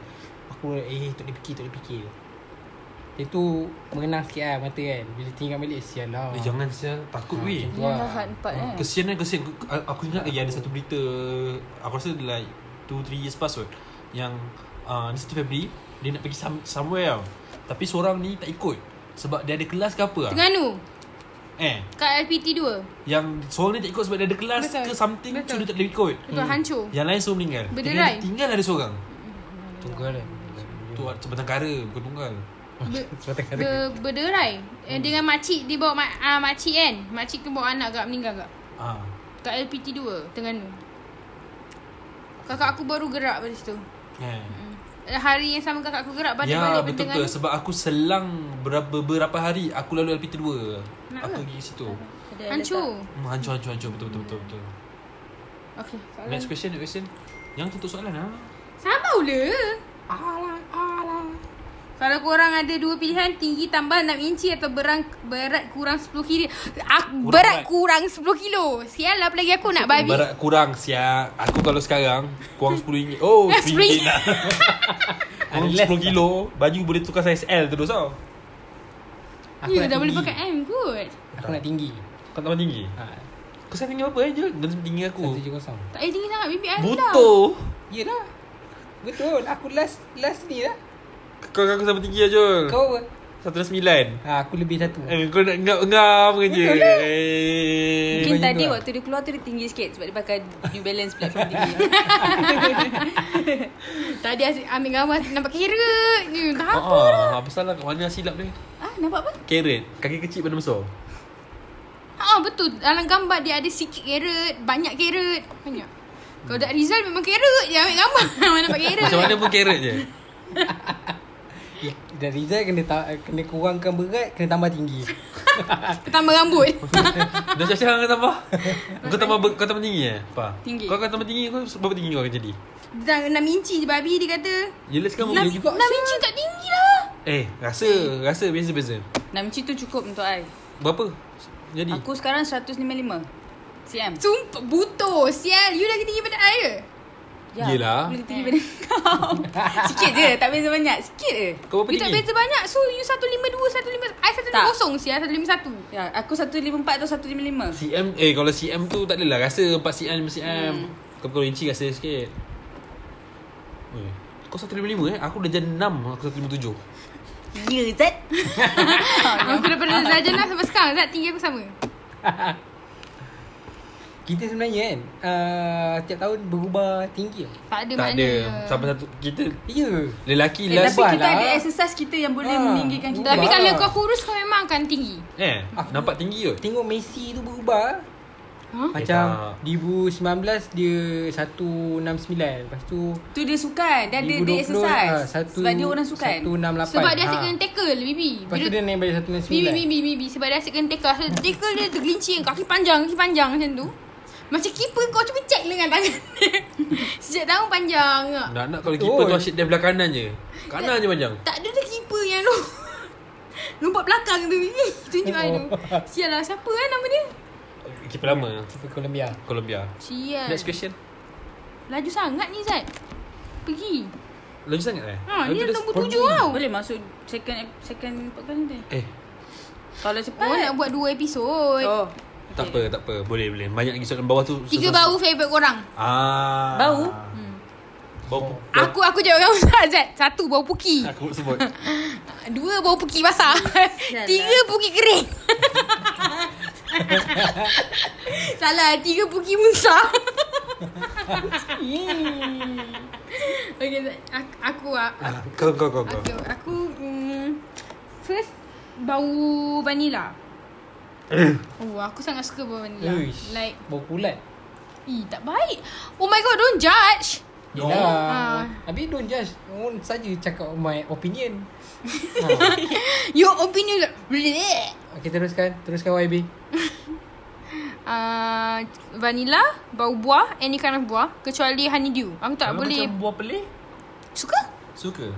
Aku eh tak boleh fikir, tak boleh fikir. Dia tu mengenang sikit lah mata kan. Bila tinggal balik, sial lah. Eh, jangan sial. Takut weh. macam tu Yang lah. lahat empat eh. Kesian kan kesian Aku- Aku ingat lagi ada satu berita Aku rasa like 2-3 years past kot Yang uh, Ni satu family Dia nak pergi some, somewhere tau Tapi seorang ni tak ikut Sebab dia ada kelas ke apa lah Terengganu. Eh Kat LPT 2. Yang seorang ni tak ikut sebab dia ada kelas Betul. Betul. ke something Betul. So Betul. dia tak boleh ikut Betul, Hmm. hancur. Yang lain semua meninggal Berderai. Tinggal, tinggal ada seorang Tunggu lah. Ya, Tu sebab tangkara Bukan tunggal Ber- Sebab tengah Hmm. ada. ber- berderai. Eh, dengan makcik. Dia bawa mak, ah, makcik kan. Makcik tu bawa anak kat meninggal kat. Ah, Kat LPT 2. Terengganu. Kakak aku baru gerak pada situ. eh. Hari yang sama kakak aku gerak Hmm. balik Ya balik betul Terengganu. betul Sebab aku selang Berapa, berapa hari Aku lalu LPT 2 Nak ke? Aku pergi situ Ada Hancur. Hmm, Hancur hancur hancur Betul betul betul, betul. Okey, soalan. Next question, next question. Yang tutup soalan ah. Sama pula. Alah, alah. Kalau korang ada dua pilihan Tinggi tambah 6 inci Atau berang, berat kurang 10 kilo ah, Berat berat. kurang 10 kilo Sial lah apa lagi aku nak babi Berat kurang siap. Aku kalau sekarang kurang 10 ringgit. Oh, Eh, 10 ringgit. ringgit lah. Kurang Unless 10 kilo, baju boleh tukar saiz L terus tau. Aku You nak Ya, dah boleh tinggi. pakai M Good Aku nak tinggi. Kau tak tinggi? Ha, Kau sekarang tinggi apa eh, Jul? Dan tinggi aku. satu je kosong. Tak payah tinggi sangat Bibik aku tau Butuh. Yelah. Betul. Aku last last ni lah. Kau kau sama tinggi lah, Jul. Kau apa? 1.9. Ha, aku lebih satu. Eh, kau nak ngap-ngap je. Eh. Mungkin Macam tu tadi lah. waktu dia keluar tu dia tinggi sikit sebab dia pakai New Balance platform tinggi. Tadi asyik ambil gambar Nampak kira je Tak Ah, apa ah, apa salah kat mana silap dia? ah, nampak apa? Carrot. Kaki kecil pada besar. Ah betul Dalam gambar dia ada sikit carrot Banyak carrot Banyak Kalau dah Rizal memang carrot je Ambil gambar Mana nampak carrot Macam mana pun carrot je. Ya, Dan Rizal kena ta- kena kurangkan berat, kena tambah tinggi. Tambah rambut Dah siap siap kau tambah Kau tambah ber- Kau tambah tinggi eh Pa Tinggi. Kau akan tambah tinggi Kau berapa tinggi kau akan jadi Ya, Dah 6 inci je babi dia kata Yelah sekarang Enam boleh juga enam inci tak tinggi lah Eh rasa Rasa beza-beza Enam inci tu cukup untuk I. Berapa Jadi Aku sekarang 155 cm. Sumpah butuh Sial You lagi tinggi pada saya Ya, Yelah. Boleh tinggi badan kau Sikit je Tak beza banyak Sikit je Kau berapa You tak tinggi? beza banyak So you 152 150 I 150 sia 151 Ya, aku 154 atau 155 CM Eh kalau CM tu tak adalah Rasa 4 CM 5 CM hmm. Kau pukul inci rasa sikit Oi. Kau 155 eh Aku dah jam 6 Aku 157 Ya Zat Aku daripada Zajanah sampai sekarang Zat tinggi aku sama Kita sebenarnya kan uh, Tiap tahun berubah tinggi tau. Tak ada Tak makna ada Sampai satu Kita Ya Lelaki Eh, last Tapi kita lah. ada exercise kita yang boleh Ah, meninggikan kita kan Tapi Wah. kalau kau kurus kau memang akan tinggi Eh Aku- Nampak tinggi kot Tengok Messi tu berubah Huh? Macam Eh, 2019 dia 169 Lepas tu Tu dia sukan Dia ada dia 2020, ah, exercise satu, Sebab dia orang kan? 168 sukan Sebab dia asyik Ha. kena tackle Bibi Lepas tu Bila dia naik balik Bibi 169 Bibi Bibi Sebab dia asyik kena tackle Asal tackle dia tergelincir Kaki panjang Kaki panjang macam tu Macam keeper kau cuba check dengan tangan dia Sejak tahun panjang tak? Nak-nak kalau keeper tu Betul. asyik dari belah kanan je Kanan je panjang Tak ada dah keeper yang lu Lompat belakang tu Bibi Tunjuk oh. tu Sial lah siapa kan nama dia Keeper lama Ke Colombia Colombia Sial Next question Laju sangat ni Zat Pergi Laju sangat eh Ha Laju ni dia nombor sepuluh. tujuh tau Boleh masuk second second apa kan ni? Eh Kalau cepat. Oh nak buat dua episod Oh. tak apa tak apa Boleh boleh Banyak lagi soalan bawah tu Tiga sesuatu- bau favourite korang Ah. Bau? Hmm. Bau. Aku aku jawab kamu Zat Satu bau puki Aku sebut. Dua bau puki basah Tiga puki kering Salah Tiga puki musah Okay Zat Ak- Aku ah, Ah, kau kau kau kau. Aku Aku mm, First Bau vanilla Oh aku sangat suka bau vanilla Uish Ya, Like Bau pulat Ih tak baik Oh my god don't judge No. Yelah Ah. lah. Habis don't judge Orang saja cakap my opinion Your opinion Bleh. Okay teruskan Teruskan YB uh, Vanilla Bau buah Any kind of buah Kecuali honeydew Aku tak Kalau boleh Macam buah pelih? Suka Suka.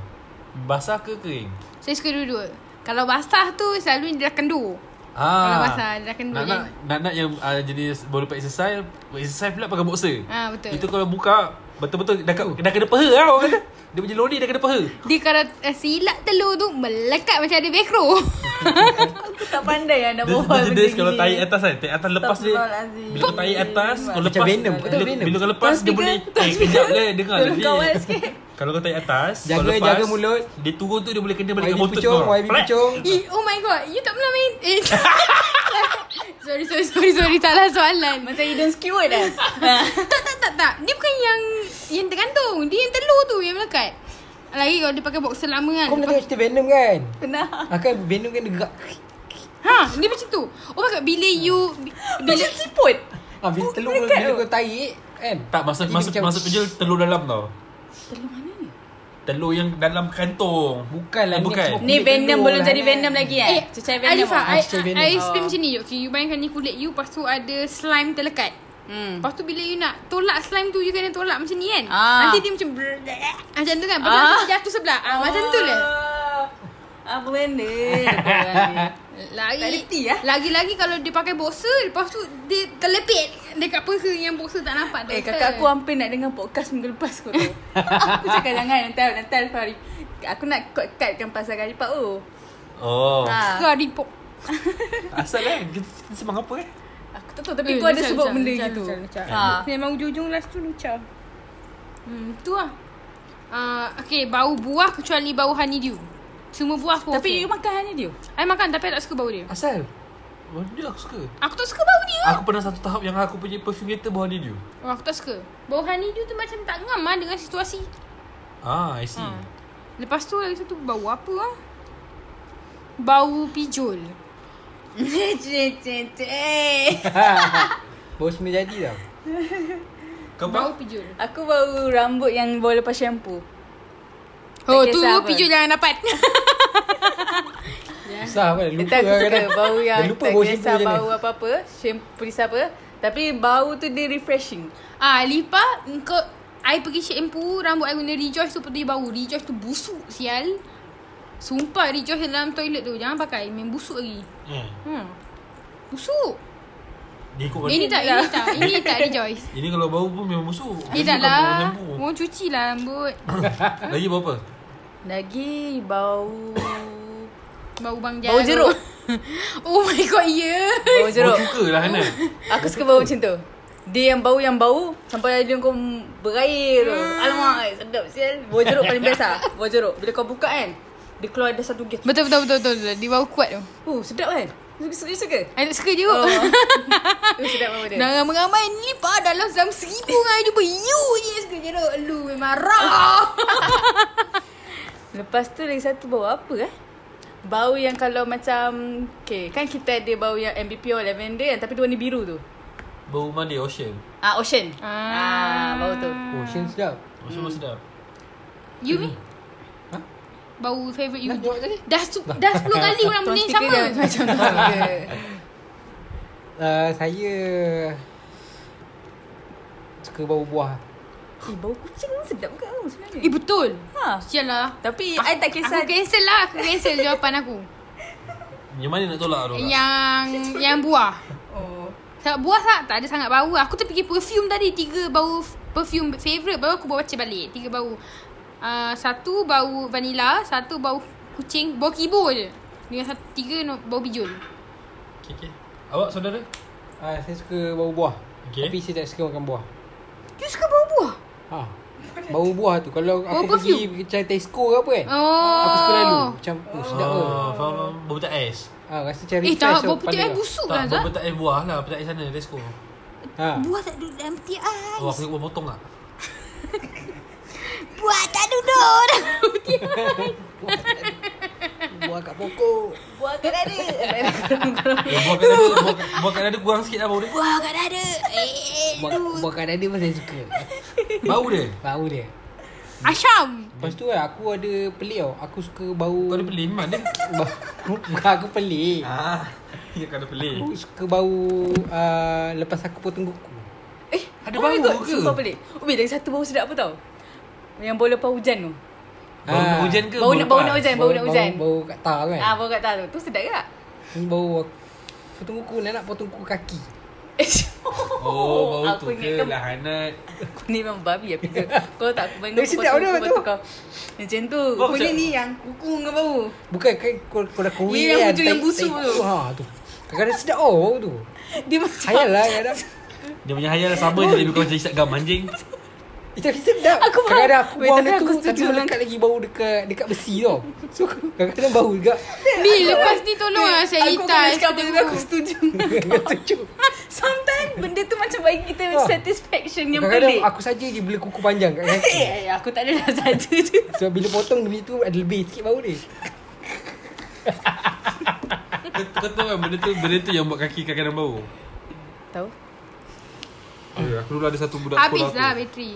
Basah ke kering? Saya suka dua-dua Kalau basah tu Selalu dia dah kendur Kalau basah dia dah kendur Ah. Nak nak, nak, nak yang uh, jenis baru lepas exercise, buat exercise pula pakai boxer. Ah, betul. Itu kalau buka betul-betul dah, kat- dah kena peha lah orang kata. Dia punya lori dah kena peha. Dia kalau uh, silap telur tu Melekat macam ada velcro Aku tak pandai yang nak Oh, Dia, buat dia benda jenis kalau gini. tahi atas kan. Tahi atas lepas dia. Astagfirullahalazim. Bila kau tahi atas, kau Macam lepas. Venom, betul bila- Venom. Bila kau lepas, dia Tolong boleh. Eh, speaker, tolong kejap lah. Dengar Tolong lebih. kawan sikit. Kalau kau tarik atas Jaga- kau lepas, jaga mulut. Dia turun tu dia boleh kena balik YB dengan motor pucung YB pucung Eh, Oh my god You tak pernah main eh. Sorry sorry sorry sorry Salah soalan Macam hidden skewer dah. tak tak tak tak. Dia bukan yang yang tergantung. Dia yang telur tu yang melekat. Lagi kalau dia pakai boxer lama kan. Kau pernah tengok cerita Venom kan Pernah. Akan Venom kan dia gerak Ha, dia macam tu. Oh my god, bila you bila Bila siput. Ah, bila telur dekat bila tu. kau tarik kan Tak masa Dia masa macam- masa tu je telur dalam tau. Telur mana ni? Telur yang dalam kantong. eh, Bukanlah, ni bukan. semua- Ni venom Telur belum lah, jadi kan? venom lagi eh. Cecai venom. Alifa, ah. I, Cecai I, venom. I explain macam ni. Okay, you bayangkan ni kulit you. Lepas tu ada slime terlekat. Hmm. Lepas tu bila you nak tolak slime tu, you kena tolak macam ni kan. Ah. Nanti dia macam brrrr, macam tu kan. Lepas Ah. tu jatuh sebelah. Ah, macam tu lah. Apa benda korang ni? Lagi, Tak reti lah. Lagi-lagi kalau dia pakai boxer, lepas tu dia terlepit dekat peha yang boxer tak nampak. Eh tak kakak betul. aku hampir nak dengar podcast minggu lepas kau tu Aku cakap jangan Nanti nanti Fahri Aku nak cut-cutkan pasal kali pak oh Oh. ha. Kau report. Asal kan kita kita sembang apa eh? Aku tak tahu tapi kau ada sebut benda gitu Ha. Ha. Memang ujung-ujung last tu lucah. Hmm, tu lah. Uh, okay, bau buah kecuali bau honeydew. Semua buah aku Tapi okay. you makan honey dia I makan tapi I tak suka bau dia. Asal Dia aku suka. Aku tak suka bau dia. Aku pernah satu tahap yang aku punya perfume kereta bawah dia. Oh, aku tak suka. Bau honeydew tu macam tak ngam lah dengan situasi. Ah, I see. Ha. Lepas tu lagi satu bau apa lah. Bau pijol. Cik, cik, Eh. cik. Bau semua jadi tau Kau Bau bau? pijol. Aku bau rambut yang bau lepas shampoo Oh, Tak tu kisah pun. pijol jangan dapat. Susah kan Lupa Lupa Entah aku suka kadang-kadang. bau yang Dia lupa tak bau kisah shampoo macam bau ni apa-apa Shampoo risau apa Tapi bau tu dia refreshing ah, Lipa, kau I pergi shampoo, rambut I guna Rejoice tu pergi bau. Rejoice tu busuk sial. Sumpah Rejoice dalam toilet tu. Jangan pakai. Memang busuk lagi. Eh. Hmm. Busuk. Dia ikut Ini balik. tak, ini tak. Ini tak ada Joyce. Ini kalau bau pun memang busuk. Dia Ini tak bukan bau lah. lembu. Mau cuci lah rambut. Lagi bau apa? Lagi bau Bau bang jarum. Bau jeruk. oh my god, ya. Bau jeruk Bau cuka lah Hana. Aku suka bau macam tu Dia yang bau yang bau Sampai ada kau berair tu Alamak sedap sial Bau jeruk paling best lah Bau jeruk Bila kau buka kan Dia keluar ada satu gate Betul, betul, betul, betul. betul. Dia bau kuat tu. Uh sedap kan Serius ke? I tak suka juga. Oh. Oh. Uh, sedap bau dia Nak ramai-ramai ni pa dalam zam seribu dengan I jumpa you je suka jeruk. Lu memang rah. Lepas tu lagi satu bau apa eh? Bau yang kalau macam Okay kan kita ada bau yang MBPO lavender yang tapi warna biru tu Bau mandi ocean. Ah ocean Ah. ah bau tu Oh, Shin sedap. Ocean hmm. sedap. You ni? Ha? Bau favourite you. Dah jawab tadi. Dah, su- dah 10 kali orang Tuan benda yang speaker sama. jangan macam tu ke Uh, saya suka bau buah. Eh bau kucing sedap ke oh, sebenarnya Eh betul. ha. Sial lah. Tapi I tak kisah Aku cancel lah. Aku cancel jawapan aku. Yang mana nak tolak tu? Yang... yang yang buah. Oh Sebab buah tak, tak ada sangat bau lah. Aku terfikir perfume tadi. Tiga bau f- perfume favourite. Baru aku baca balik. Tiga bau. Uh, satu bau vanilla. Satu bau kucing. Bau kibo je. Dengan satu, tiga no, bau bijul. Okay, okay. Awak saudara? Uh, saya suka bau buah. Okey. Tapi saya tak suka makan buah. You suka bau buah? Ha. Bau buah tu kalau aku Bau pergi macam Tesco ke apa kan. Oh. Aku suka lalu. Macam oh, sedap ke. Oh, faham, faham. Bau petak ais. Ha, rasa macam Eh refresh tak, tau bau putih kepala air tau. busuk lah Tak, Zat. bau petak ais buah lah. Petak ais sana, Tesco. Ha. Buah tak duduk dalam peti air. Oh, aku nak buat potong lah. Buah tak duduk dalam Buah kat pokok. Buat kan ada Yang buah kat dada, buah, kat- buah kat dada kurang sikit lah bau dia. Buah kat dada. Eh, eh, Buah, lu. buah kat dada pun saya suka. Bau dia. Bau dia. Asham. Lepas tu lah, aku ada pelik tau. Aku suka bau... Kau ada pelik memang dia. bau- Bukan aku pelik. Ah, ya kau ada pelik. Aku suka bau uh, lepas aku potong kuku. Eh Ada oh my bau God, ke? Sumpah pelik Weh lagi satu bau sedap apa tau Yang bau lepas hujan tu Bau nak Ah. hujan ke? Bau nak- bau nak lepas? hujan. Eh, bau nak hujan. Bau, bau kat tar kan. Ah bau kat tak tu Tu sedap ke tak? Ni bau aku potong kuku, nak nak potong kuku kaki. Oh, bau tu Aku ke ingatkan lah Hanat. Kau ni memang babi lah Peter Kau tak aku bangun Dia sedap potong dia kuku, tu. potong kau Macam tu Bau Kau ni macam- ni yang kuku dengan bau Bukan kan kau, kau dah kering Ni yang kan, hujung yang tai- busuk tai- tu. Ha tu. Kadang-kadang sedap oh bau tu. Dia macam Hayal lah kadang. Dia punya hayal sama je lebih kurang macam isak gam anjing. Eh, tapi sedap. Aku faham. Kadang-kadang aku Weh, bau tapi dia tu aku setuju tapi dengan- melekat lagi bau dekat dekat besi tau. So kadang-kadang bau juga. Ni lepas ni tolong lah saya Aku kena hitas. cakap benda aku setuju Setuju. Sometimes benda tu macam bagi kita Ah. satisfaction yang Kadang-kadang pelik aku saja je bila kuku panjang kat kaki. Eh, aku tak ada dah saja tu So bila potong benda tu ada lebih sikit bau dia. Kau, kau tahu kan benda tu benda tu yang buat kaki kadang-kadang bau. Tahu? Eh, aku dulu ada satu budak Habis sekolah lah aku. bateri.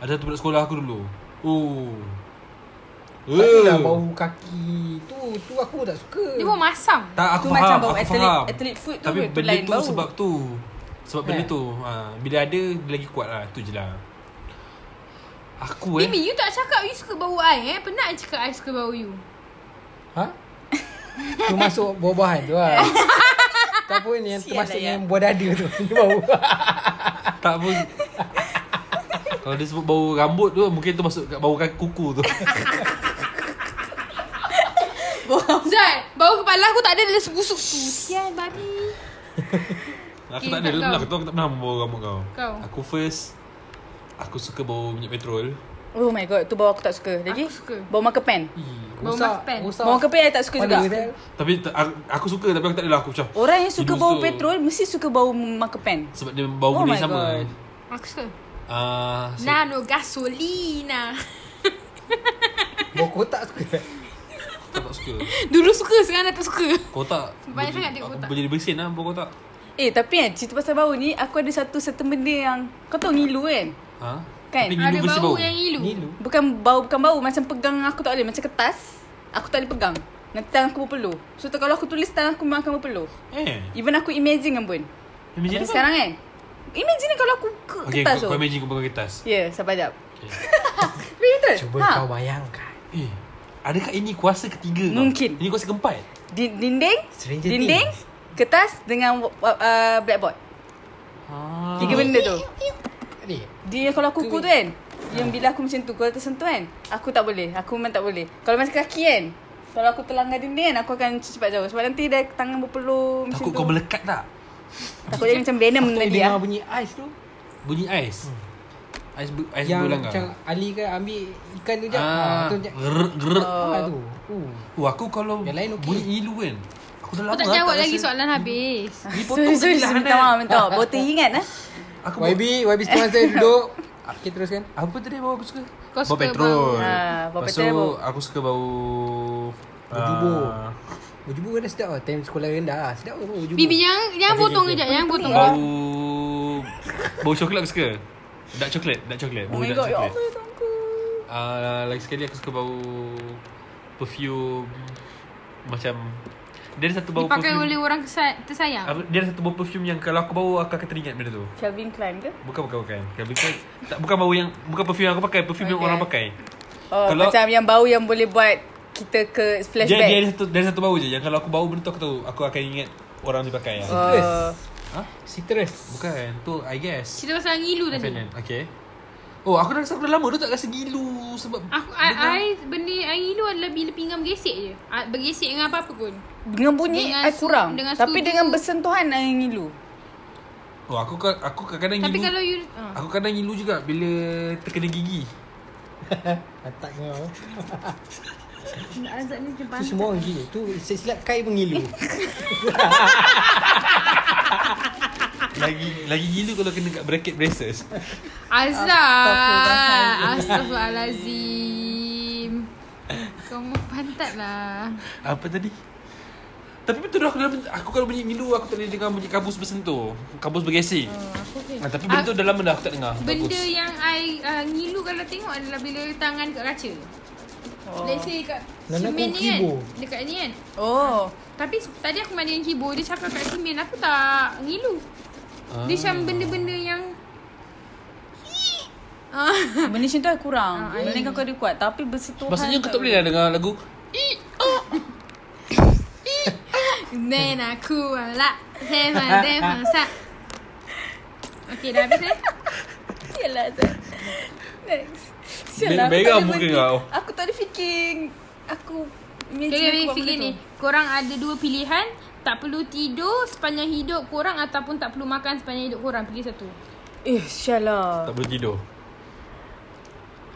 Ada satu budak sekolah aku dulu. Oh. Tapi Eh. lah bau kaki tu tu aku tak suka. Dia pun masam. Tak aku Tu faham. macam bau aku athlete- faham. athlete food tu, Tapi tu benda lain tu bau. Ya. sebab tu. Sebab benda Eh. tu. Ha, bila ada dia lagi kuat lah. Tu je lah. Aku eh. Mimi, you tak cakap you suka bau I eh. Penat I cakap I suka bau you. Ha? Tu masuk buah-buahan tu lah. Tak pun yang Sial lah, termasuk ya. yang buah dada tu. Dia bau. Tak pun. Kalau dia sebut bau rambut tu mungkin tu masuk kat bau kaki kuku tu. Oh. Zat, bau kepala aku tak ada dalam sebusuk tu. Sian, babi. Okay, Aku tak ada kau- dalam kau. lah. Aku tahu aku tak pernah bau rambut kau. Kau. Aku first. Aku suka bau minyak petrol. Oh my god, tu bau aku tak suka Lagi? Aku suka. Bau makan pen Bau Rosak, maspen. rosak. Bau makan pen I tak suka Mana juga dia? Tapi t- aku- aku suka tapi aku tak adalah aku macam. Orang yang suka Hidung bau tu. petrol Mesti suka bau makan pen Sebab dia bau Oh benda my yang sama. God. Aku suka. Ah, saya- Nano gasolina. Bau kotak suka tak? aku tak suka. Dulu suka, sekarang dah tak suka. Kotak. Banyak sangat dia aku kotak. Boleh jadi bersin lah bau kotak. Eh tapi kan Cerita pasal bau ni Aku ada satu certain benda yang Kau tahu ngilu kan Ha? Kan? Tapi Ada ngilu bersih bau yang ilu. Nilu. Bukan bau Bukan bau Macam pegang aku tak boleh Macam kertas Aku tak boleh pegang Nanti tangan aku berpeluh So tak- kalau aku tulis Tangan aku memang akan berpeluh Eh. Even aku imagine kan pun Imagine apa? Tapi Ya, sekarang kan Imagine kalau aku ke- Okay, kertas kau, tu kau imagine kau pakai kertas. Ya, yeah, sabar jap Okay. Tapi betul Cuba Ha. kau bayangkan. Eh. Adakah ini kuasa ketiga kau? Mungkin. Ini kuasa keempat. Di- Dinding Stranger Dinding Things. Kertas Dengan uh, uh, blackboard Ah. Tiga benda tu Adik Dia kalau kuku tu kan Yang bila aku macam tu Kalau tersentuh kan Aku tak boleh Aku memang tak boleh Kalau macam kaki kan Kalau aku terlanggar dinding kan Aku akan cepat jauh Sebab nanti dia tangan berpeluh macam Takut tu. kau melekat tak? Takut dia macam venom Patut tadi dengar ah. bunyi ais tu Bunyi ais. Ais bu- ais Hmm. Yang berlanggar. macam Ali kan ambil ikan tu jap ah, tu jap gerak gerak. Ah tu Uh. Oh, aku kalau Yang lain okey. bunyi ilu kan. Aku dah Kau lama tak lah jawab lagi rasa- soalan habis. Ni Sorry potong sorry tadi lah, sorry, Minta Hanan. maaf minta maaf Botol ingat ah. Aku YB. YB YB sekarang saya duduk Okay teruskan apa tadi bau aku suka? Kau bau suka petrol. bau- Ah, bau Lepas petrol, tu, bau- aku suka bau ah, Bau jubur. Bujubu kan dah sedap lah Time sekolah rendah Sedap lah bujubu Bibi jangan jangan Okey, potong okey, kejap, jangan potong. Ah, bau bau coklat aku suka. Dark coklat, dark coklat. Oh Bau my dark god Ya coklat. Allah ya Tuhan ku. Ah, lagi sekali aku suka bau perfume macam dia ada satu bau Dipakai perfume. oleh orang kesay- tersayang. Apa- Dia ada satu bau perfume yang kalau aku bau aku akan teringat benda tu. Calvin Klein ke? Bukan bukan bukan. Kelvin Klein tak bukan bau yang bukan perfume yang aku pakai, perfume yang Okay. orang pakai. Oh, Kalau- macam yang bau yang boleh buat kita ke Dia, flashback. dia ada satu dia ada satu bau je yang kalau aku bau benda tu aku tahu aku akan ingat orang tu pakai. Ah. Citrus Oh. Ha? Citrus Bukan tu I guess. Cerita pasal ngilu tadi. Fenan. Okay. Oh aku dah rasa aku dah lama dah tak rasa gilu sebab Aku I, I benda I ngilu adalah bila pinggang gesek je. I, bergesek dengan apa-apa pun. Dengan bunyi Dengan dengan I su- kurang. dengan Tapi sudu. dengan bersentuhan eh, I ngilu. Oh aku ka- aku kadang-kadang Tapi ngilu. kalau you ah. Aku kadang ngilu juga bila terkena gigi. Atak kau Azab ni macam Tu semua orang gila Tu silap kai pun gila Lagi lagi gilu kalau kena kat bracket braces. Azab Astaghfirullahalazim Kau mau pantat lah Apa tadi? Tapi betul aku dalam aku kalau bunyi ngilu aku tak boleh dengar bunyi kabus bersentuh. Kabus bergesing. Uh, tapi benda tu dah lama dah aku tak dengar. Benda kabus. yang I uh, ngilu kalau tengok adalah bila tangan kat kaca oh. Let's say kat Nana cermin ni kan aku kibur. Dekat ni kan Oh. Tapi se- tadi aku mandi dengan keyboard Dia cakap kat cermin Aku tak ngilu ah. Dia macam benda-benda yang Ah. Benda macam tu I kurang. Benda kan kau ada kuat. Tapi bersentuhan. Maksudnya kau tak boleh lah dengar lagu Then aku alak Teman teman sak Okay dah habis eh Yalah Azad. Be- Next. Sialah, aku tak beram ada muka benda. kau. Aku tak ada fikir. Aku Okay, okay fikir buat benda ni tu. Korang ada dua pilihan Tak perlu tidur sepanjang hidup korang Ataupun tak perlu makan sepanjang hidup korang Pilih satu Eh, sialah. tak boleh tidur.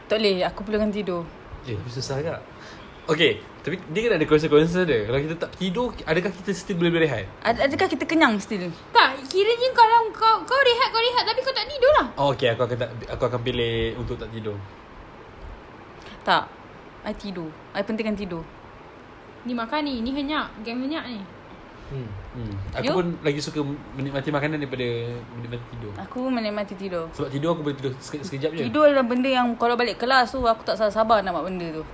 Tak boleh. Aku perlukan tidur. Eh, susah agak. Okay, tapi dia kan ada konsekuensi dia. Kalau kita tak tidur, adakah kita still boleh berehat? Ad- Adakah kita kenyang still? Tak, kiranya kalau kau kau rehat, kau rehat Tapi kau tak tidur lah Oh, okay, aku akan tak, aku akan pilih untuk tak tidur. Tak. I tidur. I pentingkan tidur. Ni makan ni, ni henyak Game henyak ni hmm. Hmm. Aku You? pun lagi suka menikmati makanan daripada menikmati tidur. Aku menikmati tidur. Sebab tidur aku boleh tidur seke, sekejap je. Tidur adalah benda yang kalau balik kelas tu aku tak sabar-sabar nak buat benda tu.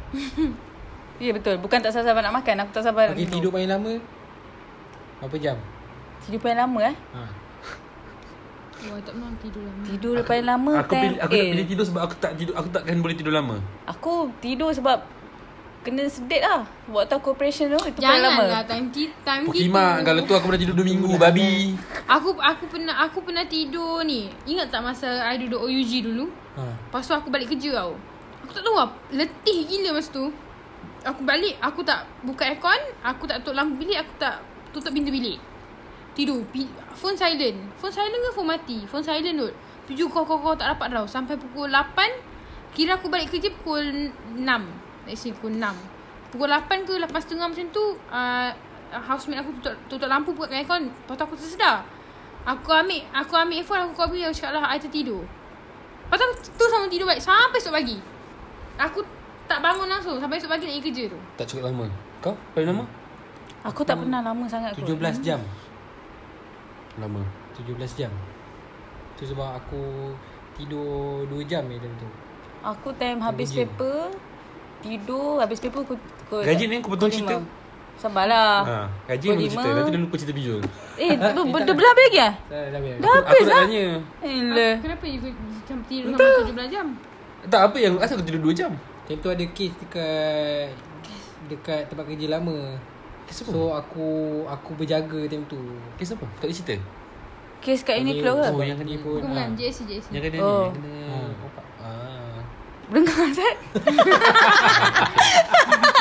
ya yeah, betul. Bukan tak sabar-sabar nak makan, aku tak sabar Okay nak tidur paling lama Berapa jam Tidur paling lama eh. ha. Wah, tak pernah tidur lah Tidur aku, paling lama Aku time- pilih, aku eh, nak pilih tidur sebab aku tak tidur aku takkan boleh tidur lama. Aku tidur sebab kena sedate lah. Waktu aku operation tu itu paling lama. Janganlah time, ti- time Pokimak kalau tu aku pernah tidur 2 minggu babi. Aku aku pernah aku pernah tidur ni. Ingat tak masa I duduk OUG dulu? Ha. Lepas tu aku balik kerja tau. Aku tak tahu lah. Letih gila masa tu. Aku balik, aku tak buka aircon. Aku tak tutup lampu bilik. Aku tak tutup pintu bilik. Tidur. Pi- phone silent. Phone silent ke phone mati? Phone silent dulu. Tujuh kau kau kau tak dapat tau. Sampai pukul 8. Kira aku balik kerja pukul 6. Let's say pukul 6. Pukul 8 ke 8.30 macam tu. Uh, housemate aku tutup, tutup lampu buka aircon. Lepas tu aku tersedar. Aku ambil aku ambil phone aku call dia. Aku cakap lah I tertidur. Lepas tu aku tu sama tidur balik Sampai esok pagi Aku tak bangun langsung Sampai esok pagi nak pergi kerja tu Tak cukup lama. Kau paling lama? Aku tak pernah lama sangat kot. 17 jam Lama. 17 jam Tu sebab aku Tidur 2 jam je time tu Aku time habis Gaji. paper, tidur, habis paper aku aku- Gaji ni kau potong pukul cerita. lima. Sabarlah. Ha, gaji Pukul memang Ah. lima. cerita. Nanti dah lupa cerita bijul. Eh, ber- ber- dah habis lagi Dah eh? dah habis Dah Aku habis nak lah. tanya. Elah. Kenapa you macam tidur sampai 17 jam Tak apa yang asal aku tidur 2 jam. Time tu ada kes dekat Dekat tempat kerja lama Kes apa? So aku Aku berjaga time tu Kes apa? Tak ada cerita. Kes kat Boleh. Uniqlo ke? Oh, Sebab yang kena- ni pun Bukan ah, JC JC Yang kena Oh. ni Kena ah. Dengar Zat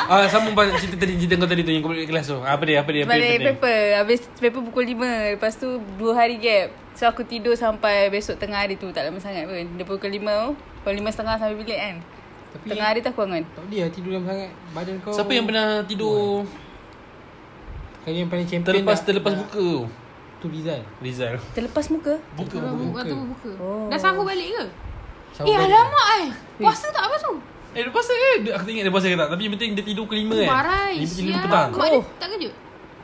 Ah, sambung pasal cerita tadi cerita kau tadi tu yang kau balik kelas tu. Ah, Apa dia? Apa dia? Apa Balik dia? paper Habis paper pukul 5 Lepas tu 2 hari gap So aku tidur sampai besok tengah hari tu Tak lama sangat pun Dia pukul 5 tu Pukul 5 setengah sampai bilik kan Tapi Tengah hari tu aku bangun Tak boleh lah tidur dalam sangat Badan kau Siapa yang pernah tidur Ah. Kali yang paling champion terlepas dah- terlepas dah- buka tu? Tu Rizal Rizal. Terlepas muka Buka Orang buka. buka tu buka Oh. Dah sanggup balik ke? Eh Sambung balik. alamak eh Puasa tak apa tu? Eh dia pasal ke? Dia- Aku tak ingat dia pasal ke tak Tapi yang penting dia tidur kelima kan Marai Lima, lima sial. petang Mak dia Oh. tak kerja?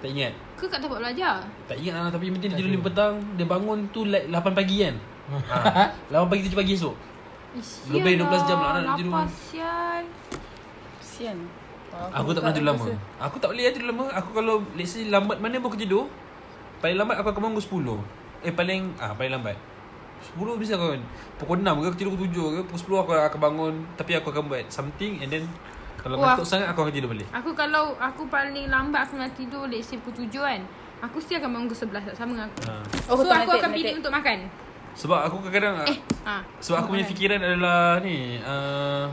Tak ingat Ke kat tempat belajar? Tak ingat lah Tapi yang penting dia tidur lima petang Dia bangun tu like 8 pagi kan ha. 8 pagi 7 pagi esok Eh, Lebih sial 12 jam lah anak nak tidur. Lapar sial Kesian Aku tak pernah tidur lama Aku tak boleh lah tidur lama Aku kalau Let's say lambat mana pun aku tidur Paling lambat aku akan bangun pukul 10 Eh paling ah Paling lambat 10 bisa kan Pukul 6 ke Aku tidur pukul 7 ke Pukul 10 aku akan bangun Tapi aku akan buat something And then Kalau Wah. ngantuk sangat Aku akan tidur balik Aku kalau Aku paling lambat Aku nak tidur Let's say pukul 7 kan Aku still akan bangun pukul 11 tak Sama dengan aku ha. Oh, So kau aku naik, akan naik. pilih untuk makan Sebab aku kadang-kadang Eh ha. Sebab aku punya fikiran adalah ni uh,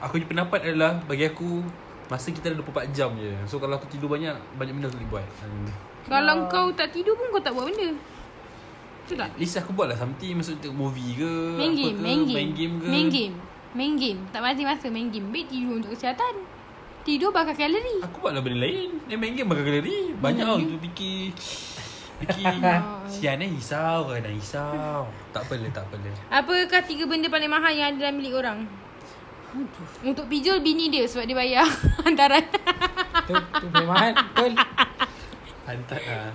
Aku punya pendapat adalah Bagi aku Masa kita ada 24 jam je So kalau aku tidur banyak Banyak benda aku boleh buat Kalau kau tak tidur pun Kau tak buat benda Betul tak? At least aku buat lah something Maksud tengok movie ke Main game, apa ke, main game. Main game ke Main game. Main game. Tak mati masa main game. Baik tidur untuk kesihatan. Tidur bakar kalori. Aku buat lah benda lain Eh main game bakal galeri Banyak tau tu fikir Fikir Oh. Sian eh risau Kadang-kadang risau Tak apalah tak apalah Apakah tiga benda paling mahal yang ada dalam milik orang? Untuk pijol bini dia sebab dia bayar hantaran. Tu tu memang Betul Hantar lah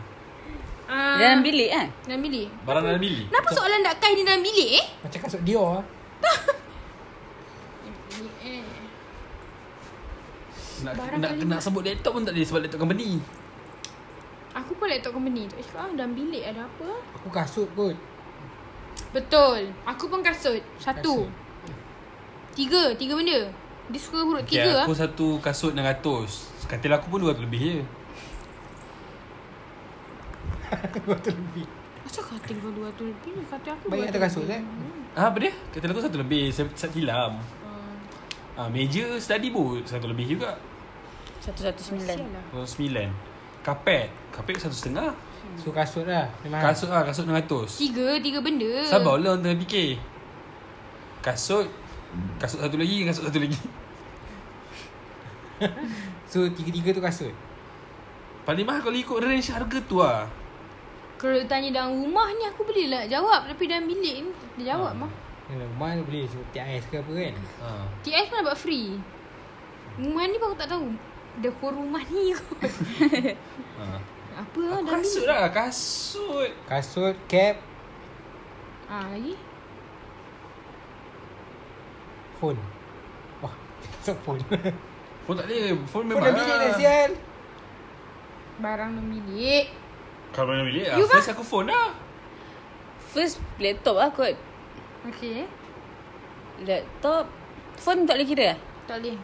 Ah, Dalam bilik kan dalam bilik. Barang dalam bilik Kenapa soalan tak kain di dalam bilik eh? Macam kasut Dior lah Nak, Barang nak, kali nak sebut laptop pun tak boleh Sebab laptop company Aku pun laptop company tu. Cakap ah, dalam bilik ada apa? Aku kasut kot Betul. Aku pun kasut. Satu. Kasut. Tiga. Tiga benda. Dia suka huruf Okay, tiga aku lah. satu kasut 600 Katil aku pun 200 lebih je Asal katil kau dua tu lebih? Katil aku Banyak dua atas kasut kan ah, Apa dia? Katil aku satu lebih Set, set hilam ah, Meja study board Satu lebih juga Satu-satu sembilan Sial lah. Kalau sembilan Kapet Kapet satu setengah So kasut lah Memang Kasut ah Kasut 600 Tiga, tiga benda. Sabarlah orang tengah fikir Kasut Kasut satu lagi Kasut satu lagi So tiga-tiga tu kasut Paling mahal kalau ikut range harga tu lah Kalau dia tanya dalam rumah ni aku boleh lah jawab Tapi dalam bilik ni dia jawab mah Dalam rumah tu boleh sebut tiap ais ke apa kan ah. TS pun dapat free Rumah ni pun aku tak tahu The whole rumah ni kot Ah. Apa lah dalam Kasut lah Kasut Kasut, cap, Ah lagi phone Wah, kasut phone Phone Phone tak boleh Phone memang dah bilik dah lah. sial Barang dalam bilik Kalau dalam bilik ah, You First aku phone lah First laptop lah kot Okay Laptop Phone tak boleh kira lah Tak boleh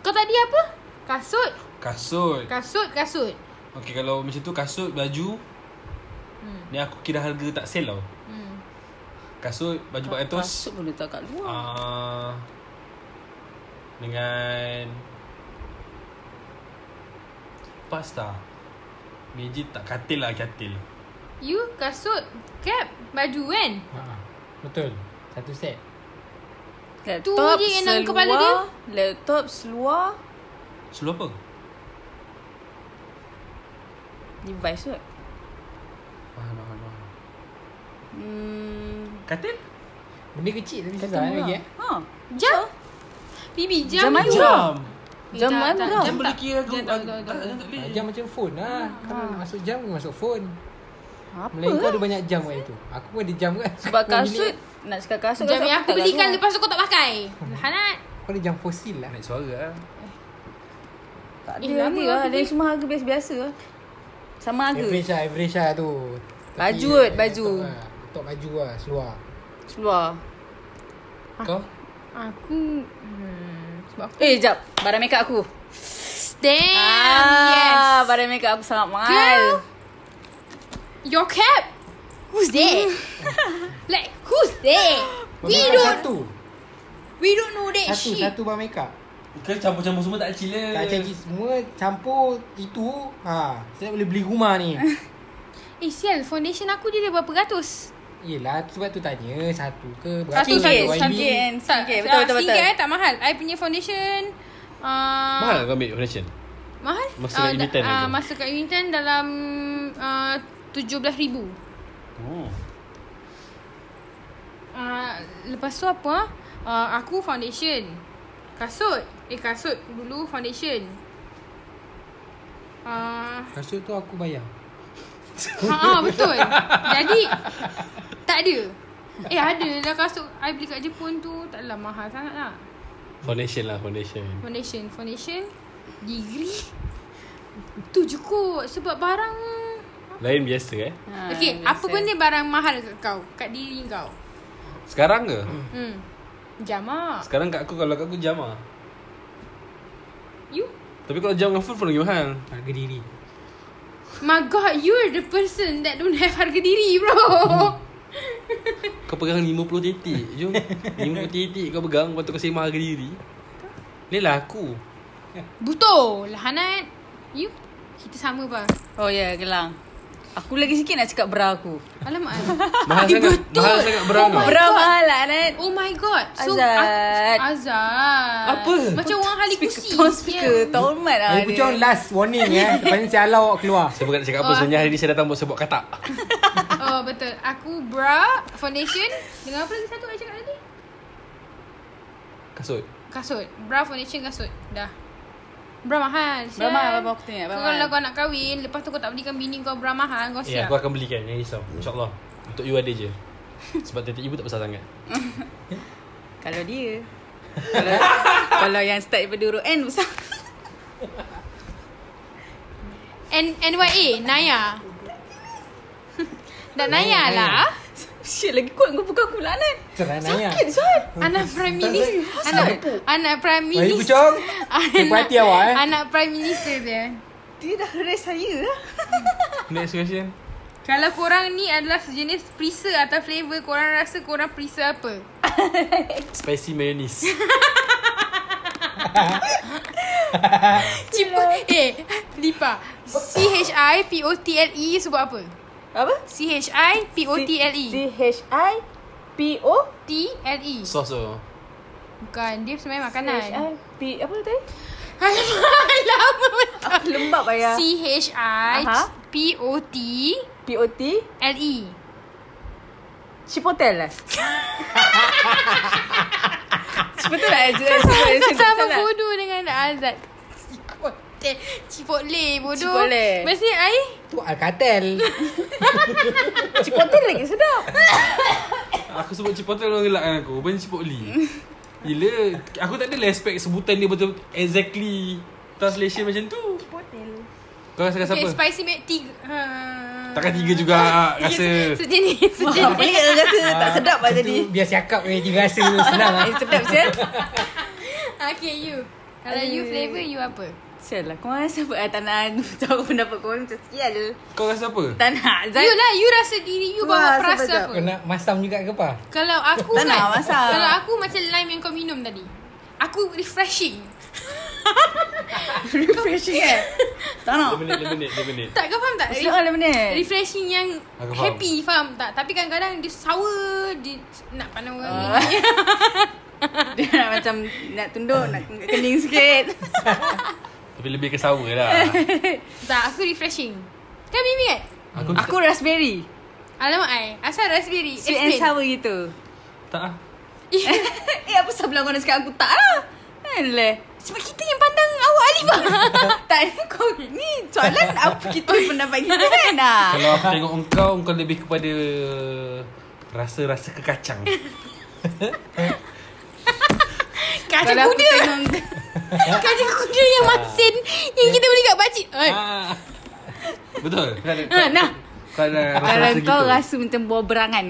Kau tadi apa? Kasut Kasut Kasut Kasut Okay kalau macam tu kasut, baju hmm. Ni aku kira harga tak sale tau hmm. Kasut, baju 400 Kasut pun letak kat luar Ah. uh, Dengan Pasta Meja tak katil lah katil You kasut Cap Baju kan Ha, Betul Satu set Tu Laptop je yang dalam kepala seluar, dia. Laptop seluar Seluar apa? Device kot Mahal mahal mahal Hmm Katil? Benda kecil tapi susah nak bagi eh Ha. Jam Bibi jam Jam you. aja. Eh, Jam tak, mana tak, murah. Jam boleh tak. kira aku Jam ah, tak, tak, tak- tak. Jam tak boleh Ha, Jam macam phone lah Kalau nak masuk jam kau masuk phone Ah. Apa? Melayu kau ada banyak jam kat itu Aku pun ada jam kat Sebab dalam kasut bilik. nak cakap kasut Jam lah yang kasut eh, aku tak kat belikan luar. lepas tu kau tak pakai Hanat Kau ada jam fosil lah Naik suara lah tak Eh, ada lama lama lah. aku Dia beli. semua harga biasa-biasa lah. Sama harga. Average lah Average lah tu Tapi, Baju kot, baju. top lah, Top baju lah Seluar Seluar. Ah. Kau? Aku hmm, Sebab aku Eh, jap. Barang makeup aku. Damn ah, Yes barang dan make up aku sangat mahal. Your cap? Who's that? like, who's that? We Bermakeup don't Satu we don't know Eh, that Satu shit. Satu bahan makeup Kau campur-campur semua tak cila Tak cakap semua Campur Itu ha, Saya boleh beli rumah ni Eh, sial. Foundation aku dia ada berapa ratus? Yelah tu sebab tu tanya Satu ke Satu, ke satu, YB? satu. Skincare, skincare. Betul, ah, betul, betul. Skincare tak mahal. I punya foundation... Uh, Mahal kau ambil foundation Mahal. Masa kat da- Unitan ah, lagi. Masa kat Unitan dalam uh, 17,000. oh. Uh, lepas tu apa? Uh, aku foundation. Kasut. Eh, kasut. Dulu foundation. Uh, Kasut tu aku bayar Ha ah, betul. Jadi tak ada. Eh ada lah kasut I beli kat Jepun tu tak adalah mahal sangat lah. Foundation lah foundation Foundation, foundation, degree. Tu je kot sebab barang Lain biasa eh Ha, Okey, biasa. apa benda barang mahal kat kau? Kat diri kau. Sekarang ke? Hmm. Jamak. Sekarang kat aku kalau kat aku jam lah You? Tapi kalau jam dengan phone Phone lagi mahal Harga diri My god, you're the person that don't have harga diri, Hmm. bro. Kau pegang 50 titik je 50 titik kau pegang Lepas tu kau sembah harga diri Ni lah aku Buto, lahanat. You? Kita sama bah. Oh ya, yeah, gelang. Aku lagi sikit nak cakap bra aku. Alamak. Mahal Eh, sangat betul. Mahal sangat berang ah. Oh my kau. bra God. mahal lah, Anat. Oh my god. So Azad. aku- Azad. Apa? Macam orang hali kursi. Tone speaker. Ya. Tone hormat lah Hari pucung last warning eh Lepas ni saya halau awak keluar Saya bukan nak cakap apa Oh, Sebenarnya hari ni saya datang buat sebab katak Oh betul. Aku bra, foundation dengan apa lagi satu aku cakap tadi? Kasut Kasut. Bra, foundation, kasut. Dah. Bra mahal. Bra sial. mahal, bapak aku tengok, bra Kau mahal. Kalau kau nak kahwin, lepas tu kau tak belikan bini kau bra mahal, kau siap. Ya, aku akan belikan. Jangan risau. InsyaAllah. Untuk you ada je. Sebab titik ibu tak besar sangat. Kalau dia. kalau, kalau yang start daripada huruf N besar. N NYA, Naya. Dan Naya lah. Shit, lagi kuat kau pukul aku lah, Anat. Seranaya Sakit, Zul. Anak Prime Minister. Anak, anak Prime Hari Minister. pucung Anak- Berhati awak, eh. Anak Prime Minister dia. Dia dah rest saya lah. Next question. Kalau korang ni adalah sejenis perisa atau flavor, korang rasa korang perisa apa? Spicy mayonnaise. Cipu. Eh, Lipa. C-H-I-P-O-T-L-E E sebut apa? Apa? C-H-I-P-O-T-L-E. C-H-I-P-O. T-L-E. Sauce tu. E. Bukan. Dia sebenarnya makanan. C-H-I-P. Apa tadi? Alamak, lama betul. Aku lembab lah ya. ayah. Aha. C-H-I-P-O-T-L-E. P-O-T. E. Chipotle lah. Chipotle lah. Kau Chipotle lah. sama bodoh dengan Azad. Cipotle. Cipotle bodoh. Cipotle. Maksudnya, I... Tu Alcatel Chipotle lagi sedap. Aku sebut chipotle orang gelakkan aku. Bukan chipotle. Gila. Aku tak ada lah expect sebutan dia betul exactly translation macam tu. Kau rasa rasa Okay, apa? spicy made tiga. Ha. Takkan tiga juga ah, rasa. Sejenis. Sejenis. Pelik lah rasa tak sedap lah Macam tu tadi. Biar siakap eh Tiga rasa senang lah Eh, sedap sial. Okay, you. Kalau you flavor, you apa? Sial lah. Kau rasa apa? Ah, Tak nak tahu pendapat kau macam sial. Kau rasa apa? Tak nak. Zai. You lah, you rasa diri you Wah, bawa sabar perasa jap. apa? Kau nak masam juga ke apa? Kalau aku Tak kan, nak masak. kalau aku macam lime yang kau minum tadi. Aku refreshing. Refreshing eh. Tak nak. 5 minit, 5 minit, 5 minit. Tak kau faham tak? Slow lah benda. refreshing yang Aku faham. happy, faham tak? Tapi kadang-kadang dia sour, dia nak pandang orang ni. Ah. Dia nak macam nak tunduk, nak tunduk kening sikit. Tapi lebih ke sour lah. Tak, aku refreshing. Kan Mimi kan? Aku, Aku raspberry. Alamak I. Asal raspberry? Sweet and Explain. sour gitu. tak ah. eh apa sebelah kau nak cakap aku tak lah. Alah. Sebab kita yang pandang awak Alifa. tak ni kau ni soalan apa kita pendapat kita kan lah. Kalau aku tengok engkau, engkau lebih kepada rasa-rasa kekacang. Kaca Kalau aku kuda. Kaca kuda yang masin. Yang kita beli kat pakcik. Oi. Ha. Ah. Betul. Kau ada- Ha, nah. Kau ada Kalau rasa-rasa kau gitu. rasa macam buah berangan.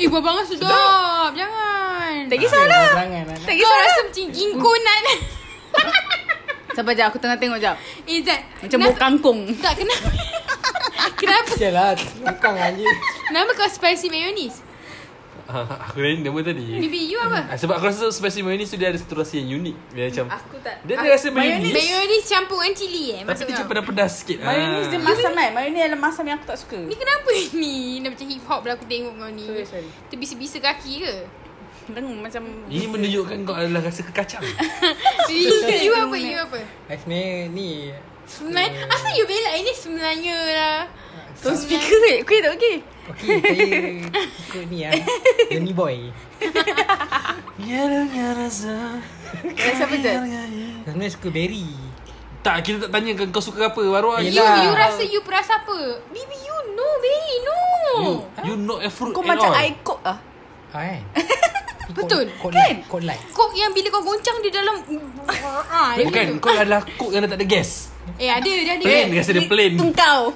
Eh, buah bangan sedap. Jangan. Tak kisahlah. Berangan, anak. Tak Kau kisahlah. rasa macam inkunan. Sabar jap aku tengah tengok jap. Eh Zat Macam bau kenapa- kangkung. Tak kenapa Kenapa Sialah Tukang anjing Kenapa kau spicy mayonnaise Ah, Aku lain nama tadi Maybe you apa Ah, Sebab aku rasa Spicy mayonnaise tu Dia ada satu rasa yang unik Dia macam Aku tak. Dia ada Ah, rasa mayonnaise Mayonnaise campur dengan cili eh Tapi Maksud dia macam kau pedas-pedas sikit Mayonnaise dia Ah. masam kan? Mayonnaise adalah masam yang aku tak suka. Ni kenapa ni Dah macam hip hop lah aku tengok kau ni Sorry, sorry. Terbisa-bisa kaki ke Dengar macam Ini menunjukkan kau adalah rasa kekacang You- You apa You apa Aku sebenarnya ni Sebenarnya Apa you belak ini sebenarnya lah Tone speaker eh. Kuih tak okey. Okay saya ikut ni lah Johnny Boy Nyaranya rasa Rasa apa tu? Sebenarnya suka berry Tak kita tak tanya kau- kau suka apa Baru ah, You you, Yelah. you rasa you perasa apa Baby you no Baby no you, you not a fruit Kau at macam all air kok ah. Ha kan Betul, Kod kan? light Kod light Kok yang bila kau goncang Dia dalam ah, dia Bukan macam tu. Kau adalah cook yang tak ada gas Eh ada Dia ada Plain rasa dia plain Tungkau.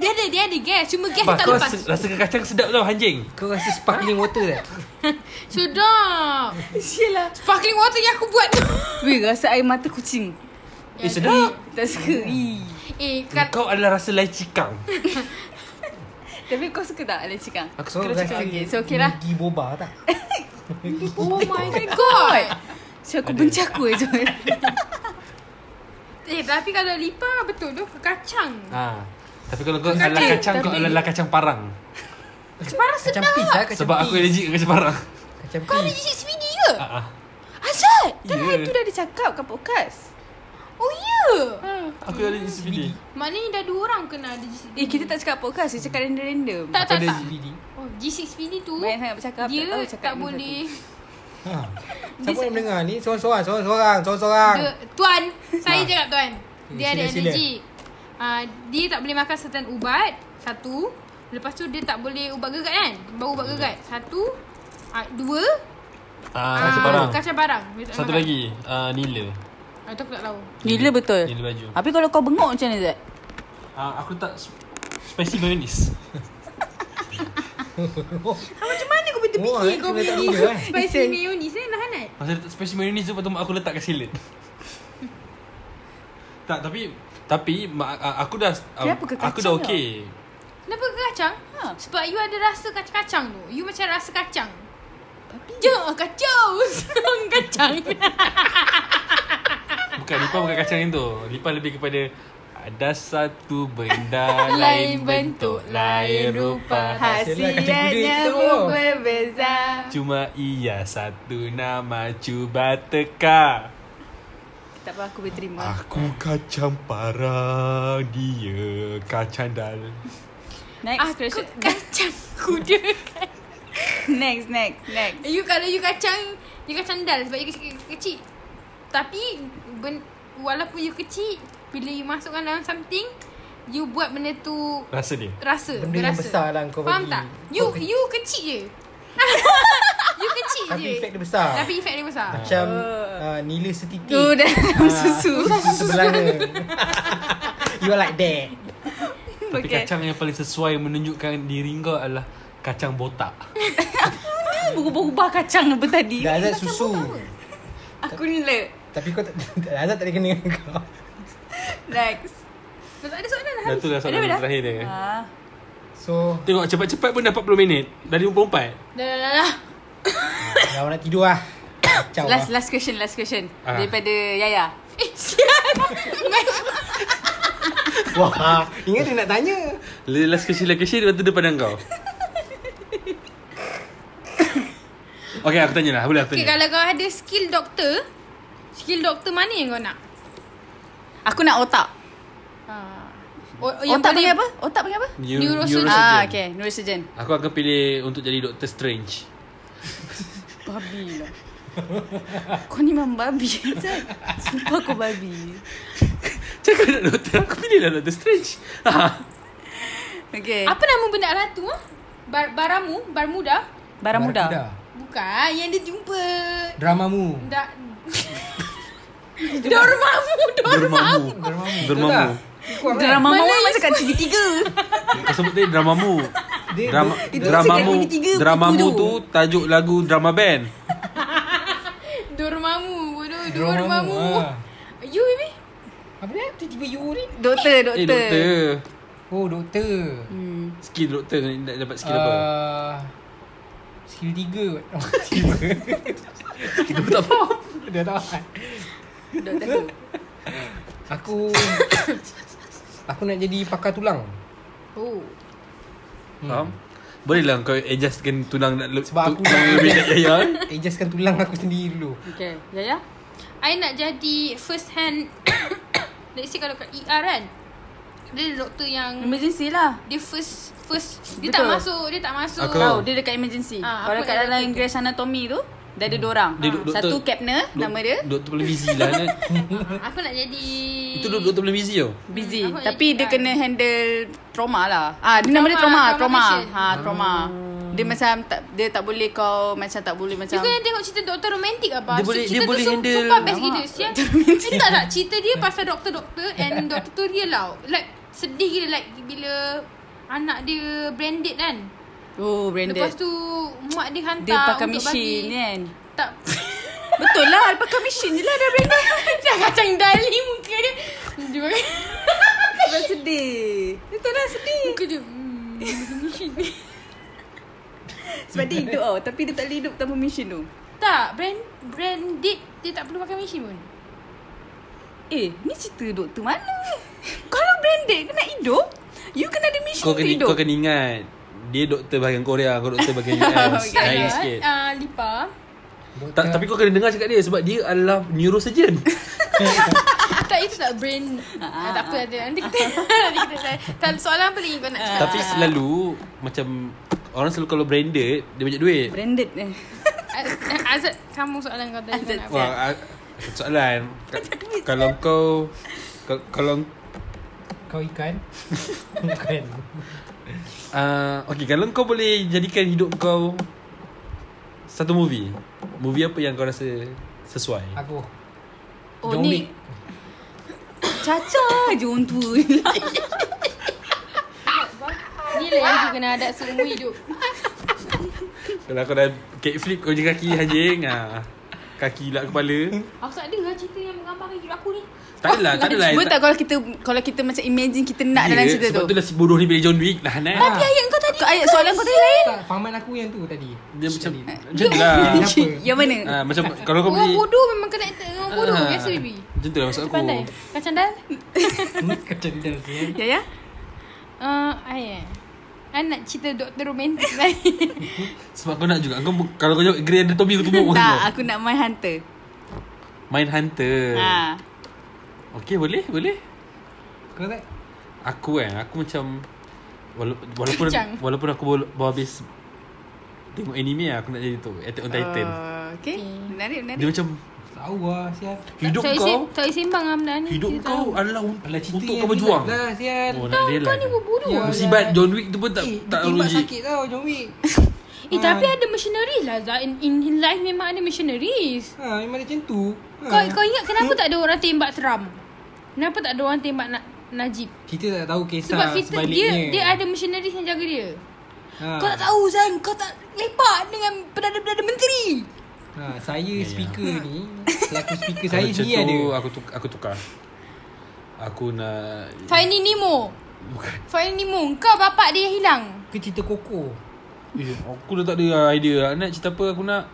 Dia ada Dia ada gas Cuma gas Bah, tak kau lepas rasa, rasa kekacang sedap tau anjing Kau rasa sparkling water tak? Sedap Sialah. Sparkling water yang aku buat tu Weh rasa air mata kucing. Eh sedap Tak suka. Ih. Eh kat, Kau adalah rasa lai cikang Tapi kau suka tak Alex Cikang? Aku Kau suka lai cikang rasa okay, so okay lah. Maggi boba tak? Oh my god So aku benci aku je. Eh tapi kalau lipa Betul tu Kacang ha. Tapi kalau kau adalah kacang Kau tapi- adalah kacang parang Separah Kacang sedap pis lah Kacang Sebab aku pis. allergic dengan kacang parang Kacang Kau ada pis cicit semidi ke? Ah, ah. Azad Kan Ya. hari tu dah ada cakap kat podcast. Oh ya Aku allergic CBD Maknanya dah dua orang kena ada G6 Eh kita tak cakap podcast, dia cakap random-random. Tak Aku tak ada tak CBD Oh G6 ni tu Banyak sangat bercakap, tak Dia tahu tak, cakap ni boleh ha. Siapa yang mendengar ni? Seorang-seorang Seorang-seorang Ah. Seorang-seorang dia, Tuan Saya cakap tuan Dia sila, ada sila. allergic uh, Dia tak boleh makan certain ubat Satu Lepas tu dia tak boleh ubat gegat kan Baru ubat gegat Satu uh, Dua ah, Ah, Kacang parang Kacang parang Dia tak makan. Satu lagi ah, Nila Ah, tu aku tak tahu Gila betul. Nila baju Tapi kalau kau bengok macam mana Zat? Ah, Aku tak sp- Spicy mayonnaise Macam mana kau boleh Oh, terfikir Wah, kau kena tak boleh, eh. Spicy mayonnaise eh Nahan kan Masa letak spicy mayonnaise tu Lepas tu mak aku letak kat salad Tak tapi Tapi mak, a- aku dah a- Kenapa ke Aku dah kacang okey Kenapa ke kacang? Ha. Sebab you ada rasa kacang-kacang tu You macam rasa kacang Tapi Jangan oh, kacau Sorang kacang Bukan Lipa bukan kacang yang tu Lipa lebih kepada Ada satu benda Lain bentuk Lain rupa Ha. Hasilnya kacang kuda itu. berbeza. Cuma ia satu nama Cuba teka Tak apa aku boleh terima. Aku kacang parang Dia kacang dal Next Aku question. kacang kuda Next, next, next. Eh, You kalau you kacang You kacang dal Sebab you kecil, kecil. Tapi ben, Walaupun you kecil Bila you masukkan dalam something You buat benda tu Rasa dia Rasa dia Benda yang rasa. besar lah kau Faham bagi. tak? You you kecil je You kecil Tapi je efek dia besar Tapi efek dia besar Macam ah, Nila setitik Ah, Tu dah dalam susu. Susu sebelah dia. You are like that Tapi okay. kacang yang paling sesuai menunjukkan diri kau adalah kacang botak. Berubah-ubah kacang apa tadi? Dah Azad susu Aku ni le. Tapi kau tak Azad tak ada kena dengan kau Next. Dah tak ada soalan lah Dah tu dah soalan Dah, dah. terakhir dia. Ah. So Tengok cepat-cepat pun dah 40 minit. Dah 54. Dah dah dah dah Dah orang nak tidur lah Ciao Last lah last question, last question. Ah. Daripada Yaya. Eh sian Wah Ah, Ingat dia nak tanya Last kecil-kecil lepas tu dia pandang kau. Okey, aku tanya lah. Boleh aku Okay tanya. kalau kau ada skill doktor Skill doktor mana yang kau nak? Aku nak otak. Ha. Oh, oh, otak panggil apa? Otak panggil apa? Neu- Neurosurgeon. Ah, neurosurgeon. okay. Neurosurgeon. Aku akan pilih untuk jadi Dr. Strange. Babi lah. Kau ni memang babi, Zat. Sumpah kau babi. Cakap nak doktor, aku pilih lah Dr. Strange. Ha. Eh. Okay. Apa nama benda lah tu? ah? Bar, baramu? Barmuda? Baramuda. Bukan Yang dia jumpa Drama mu da, Dormammu Dormammu Dermamu. Dermamu. Dermamu. Drama Mana mama you masa kat TV3. Kau sebut tadi dramamu. Dia- Drama, Itu dramamu, cakap tiga-tiga dramamu buku tu. tu tajuk lagu drama band. Dormammu Bodoh Eh, Dormammu, Dormammu ha. ah. You Apa dia? Tiba-tiba you ni? Doktor, doktor. Eh doktor Oh, doktor. Hmm. Skill doktor kena nak dapat skill apa Ah, Skill tiga kot. Oh, tiba. Kita pun tak faham Dah tak faham. Doktor. Aku... aku nak jadi pakar tulang. Oh. Faham Boleh lah kau adjustkan tunang nak le- hmm. Sebab aku- tunang lebih nak yaya eh? Adjustkan tulang aku sendiri dulu. Okay. ya, Yaya? I nak jadi first hand Let's say kalau kat ER kan Dia ada doktor yang Emergency lah. Dia first First Dia tak Betul. masuk Dia tak masuk Aku- Tahu dia dekat emergency. Ah, Kalau aku kat nak dalam jadi Grace Anatomy tu, dia ada dua orang. Ah, Dia dok- doktor. Satu Kepner, nama dia. Doktor paling busy lah kan? Aku nak jadi Itu dok- doktor paling busy tau Busy. Hmm, aku nak Tapi jadi dia kan. kena handle trauma lah. Ah, dia nama dia Trauma, trauma, trauma trauma. patient. Ha, trauma. Dia macam tak dia tak boleh kau macam tak boleh You macam kena tengok cerita doktor romantik apa Dia boleh- cerita dia tu boleh su- handle- Sumpah best Alamak, gila Siang Cerita tak Cerita dia pasal doktor-doktor And doktor tu real tau Like Sedih gila like Bila Anak dia branded kan Oh, branded. Lepas tu Mak dia hantar dia pakai untuk mesin ya. bagi. kan. Tak Betul lah, pakai mesin je lah dia branded. Dah kacang dali muka dia Dia Sebab sedih. Betul lah sedih. Muka dia hmm, mesin. Sebab dia hidup tau, tapi dia tak boleh hidup tanpa mesin tu. Tak brand, Branded Dia tak perlu pakai mesin pun Eh, ni cerita doktor mana? Kalau branded kena hidup, you kena ada mesin Kau untuk kena, hidup. kau kena ingat Dia doktor bahagian Korea Kau doktor bahagian US Oh, ya. Okay. Ah. Lain sikit uh, Lipa Ta- Tapi kau kena dengar cakap dia Sebab dia adalah neurosurgeon Ah, tak itu tak brain ah, tak apa ada nanti kita nanti kita tak soalan apa lagi kau nak Ah. cakap Tapi selalu Macam Orang selalu kalau branded Dia banyak duit Branded eh. Ah, Azad kamu soalan kau tadi kau Azad, nak apa? Wah, a- soalan Ka- Kalau kau ka- Kalau Kau ikan? Bukan. uh, Okay, kalau kau boleh jadikan hidup kau Satu movie Movie apa yang kau rasa sesuai? Aku. Oh John Wick. ni Caca je orang tua Ni lah yang aku kena adat seumur hidup. Kalau kau dah cake flip kau je kaki anjing ah. Kaki lah kepala Aku tak dengar cerita yang menggambarkan hidup aku ni. Tak adalah, tak adalah Cuba tak kalau kita Kalau kita macam imagine Kita nak dalam cerita sebab tu tu lah si bodoh ni pilih John Wick lah, kan? Nah, nah. Tapi ayat kau tadi Ayat soalan kau tadi lain Ah. Tak, pahaman aku yang tu tadi. Dia macam Macam tu lah Kenapa? Yang mana Ah, Macam kalau kau Orang boleh bodoh memang kena dengan orang bodoh Ah, biasa baby. Macam tu lah maksud aku Pandai. Kacang dal. Kau cerdas ya. Ya ya Uh, I eh. I nak cerita doktor romantik lain. Sebab kau nak juga kau, Kalau kau jawab Grey Anatomy aku tumbuk Tak aku nak main hunter Main Hunter Ha Okay boleh boleh Kau tak? Aku kan Aku macam wala- Walaupun Kacang. Walaupun aku baru, baru habis Tengok anime lah Aku nak jadi tu Attack on Titan Uh, Okay Menarik Dia menarik macam Tahu lah sial. Hidup tak, kau sem- tak seimbang lah benda ni. Hidup Kita kau tahu. adalah un- Alah cerita Untuk yang kau berjuang relax Lah sial. Oh nak Kau ni relax bodoh. Ya. Musibat John Wick tu pun tak eh, Tak dia tembak logik sakit tau John Wick. Eh tapi ada missionaries lah Zah. In, in, in life memang ada missionaries. Ha, memang dia macam tu. Ha. Kau Hmm. kau ingat kenapa tak ada orang tembak Trump? Kenapa tak ada orang tembak Na- Najib? Kita tak tahu kisah Sebab kita dia sebaliknya. dia ada missionaries yang jaga dia. Ha. Kau tak tahu Zan Kau tak lepak dengan Perdana-Perdana Menteri Ha, saya Ya, ya. speaker ni. Selaku speaker Kalau saya macam tu, sendiri ah. ada. Aku tuk- aku tukar Aku nak Finding Nemo. Bukan. Finding Nemo. Kau bapak dia yang hilang. Ke cerita koko. Eh, Aku dah tak ada idea lah. Nak cerita apa aku nak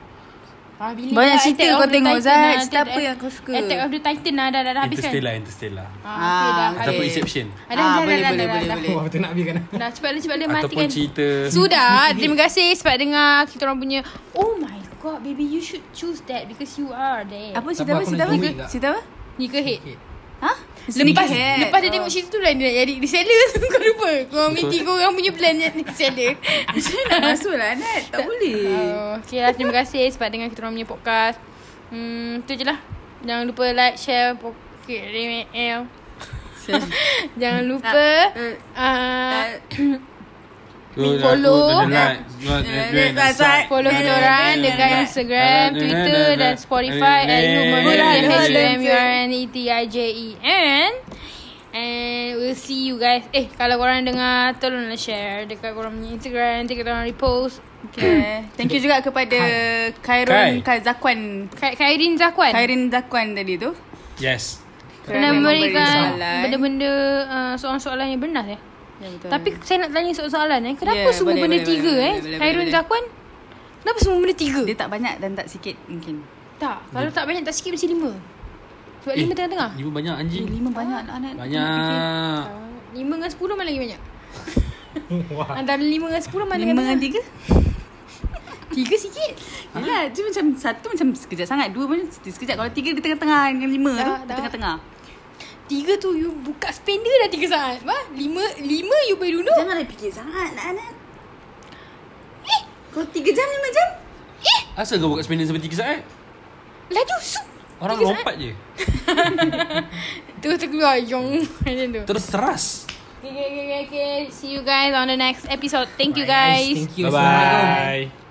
Ah, bila dah Banyak cerita Attack kau of the tengok, Titan dah, Zat. Cerita Attack- apa yang kau suka? Attack of the Titan ah, dah dah, dah, dah habiskan. Interstellar Interstellar Ah, lah. Ah, okay, dah. okay. Ataupun habis. Inception Ah, dah, dah, Ah, boleh, dah, boleh, dah, boleh, dah. boleh. Wah, betul nak habiskan. Dah cepat dah cepat dah Ataupun matikan. cerita Sudah, terima kasih sebab dengar kita orang punya. Oh my god, baby you should choose that because you are there. Apa Apa? cerita Sabar, apa aku Cerita nak apa John Wick tak? Cerita apa Nika head. Ha? Lepas Sneakerhead. lepas dia tengok cerita tu lah dia nak jadi reseller tu kau lupa. Kau meeting kau orang punya plan jadi reseller. Tak masuk lah Nat Tak boleh Oh, okay lah terima kasih sebab dengar kita orang punya podcast. Hmm, tu je lah. Jangan lupa like, share, pocket, email. Jangan lupa uh, Aku Follow. dah nak- nak- nak- nak- nak- Zat. follow kita orang dekat Instagram, Twitter dan Spotify at lah, E humanitarian And we'll see you guys. Eh, kalau korang dengar, tolonglah share dekat korang punya Instagram. Nanti kita orang repost. Okay. Thank you juga kepada Khairun Kai. Kai. Zakwan Kairin Zakwan. Khairin Zakwan tadi tu Yes Kerana Kerana memberikan memberi soalan. benda-benda uh, soalan-soalan yang benar eh. Ya, betul. Tapi saya nak tanya soalan eh. Kenapa Ya, semua boleh, benda boleh, tiga boleh, eh? boleh, boleh, Khairul boleh. Zakwan. Kenapa semua benda tiga? dia tak banyak dan tak sikit mungkin. Tak. Kalau tak banyak tak sikit mesti lima. Sebab lima tengah-tengah. Lima banyak Eh, anjing. lima banyak lah anak. Banyak. Ah, Lima dengan sepuluh mana lagi banyak? Antara Ha. lima dengan sepuluh mana Lima dengan dengan tiga? Tiga sikit. Yelah, dia macam satu macam sekejap sangat. Dua pun sekejap. Kalau tiga di tengah-tengah dengan lima Tak, tu. Di tak. tengah-tengah. Tiga tu you buka spender dah tiga saat. Wah, lima, lima you boleh duduk. Janganlah fikir sangat lah Anan. Eh, kalau tiga jam, lima jam? Asal kau buka spinner sampai tiga saat? Laju, Lah sup. eh? Orang Tiga lompat je. Terus terkeluar, yong. Macam tu. Terus teras. Okay, okay, okay, okay. See you guys on the next episode. Thank you guys. lah, Thank you. Assalamualaikum. Bye-bye.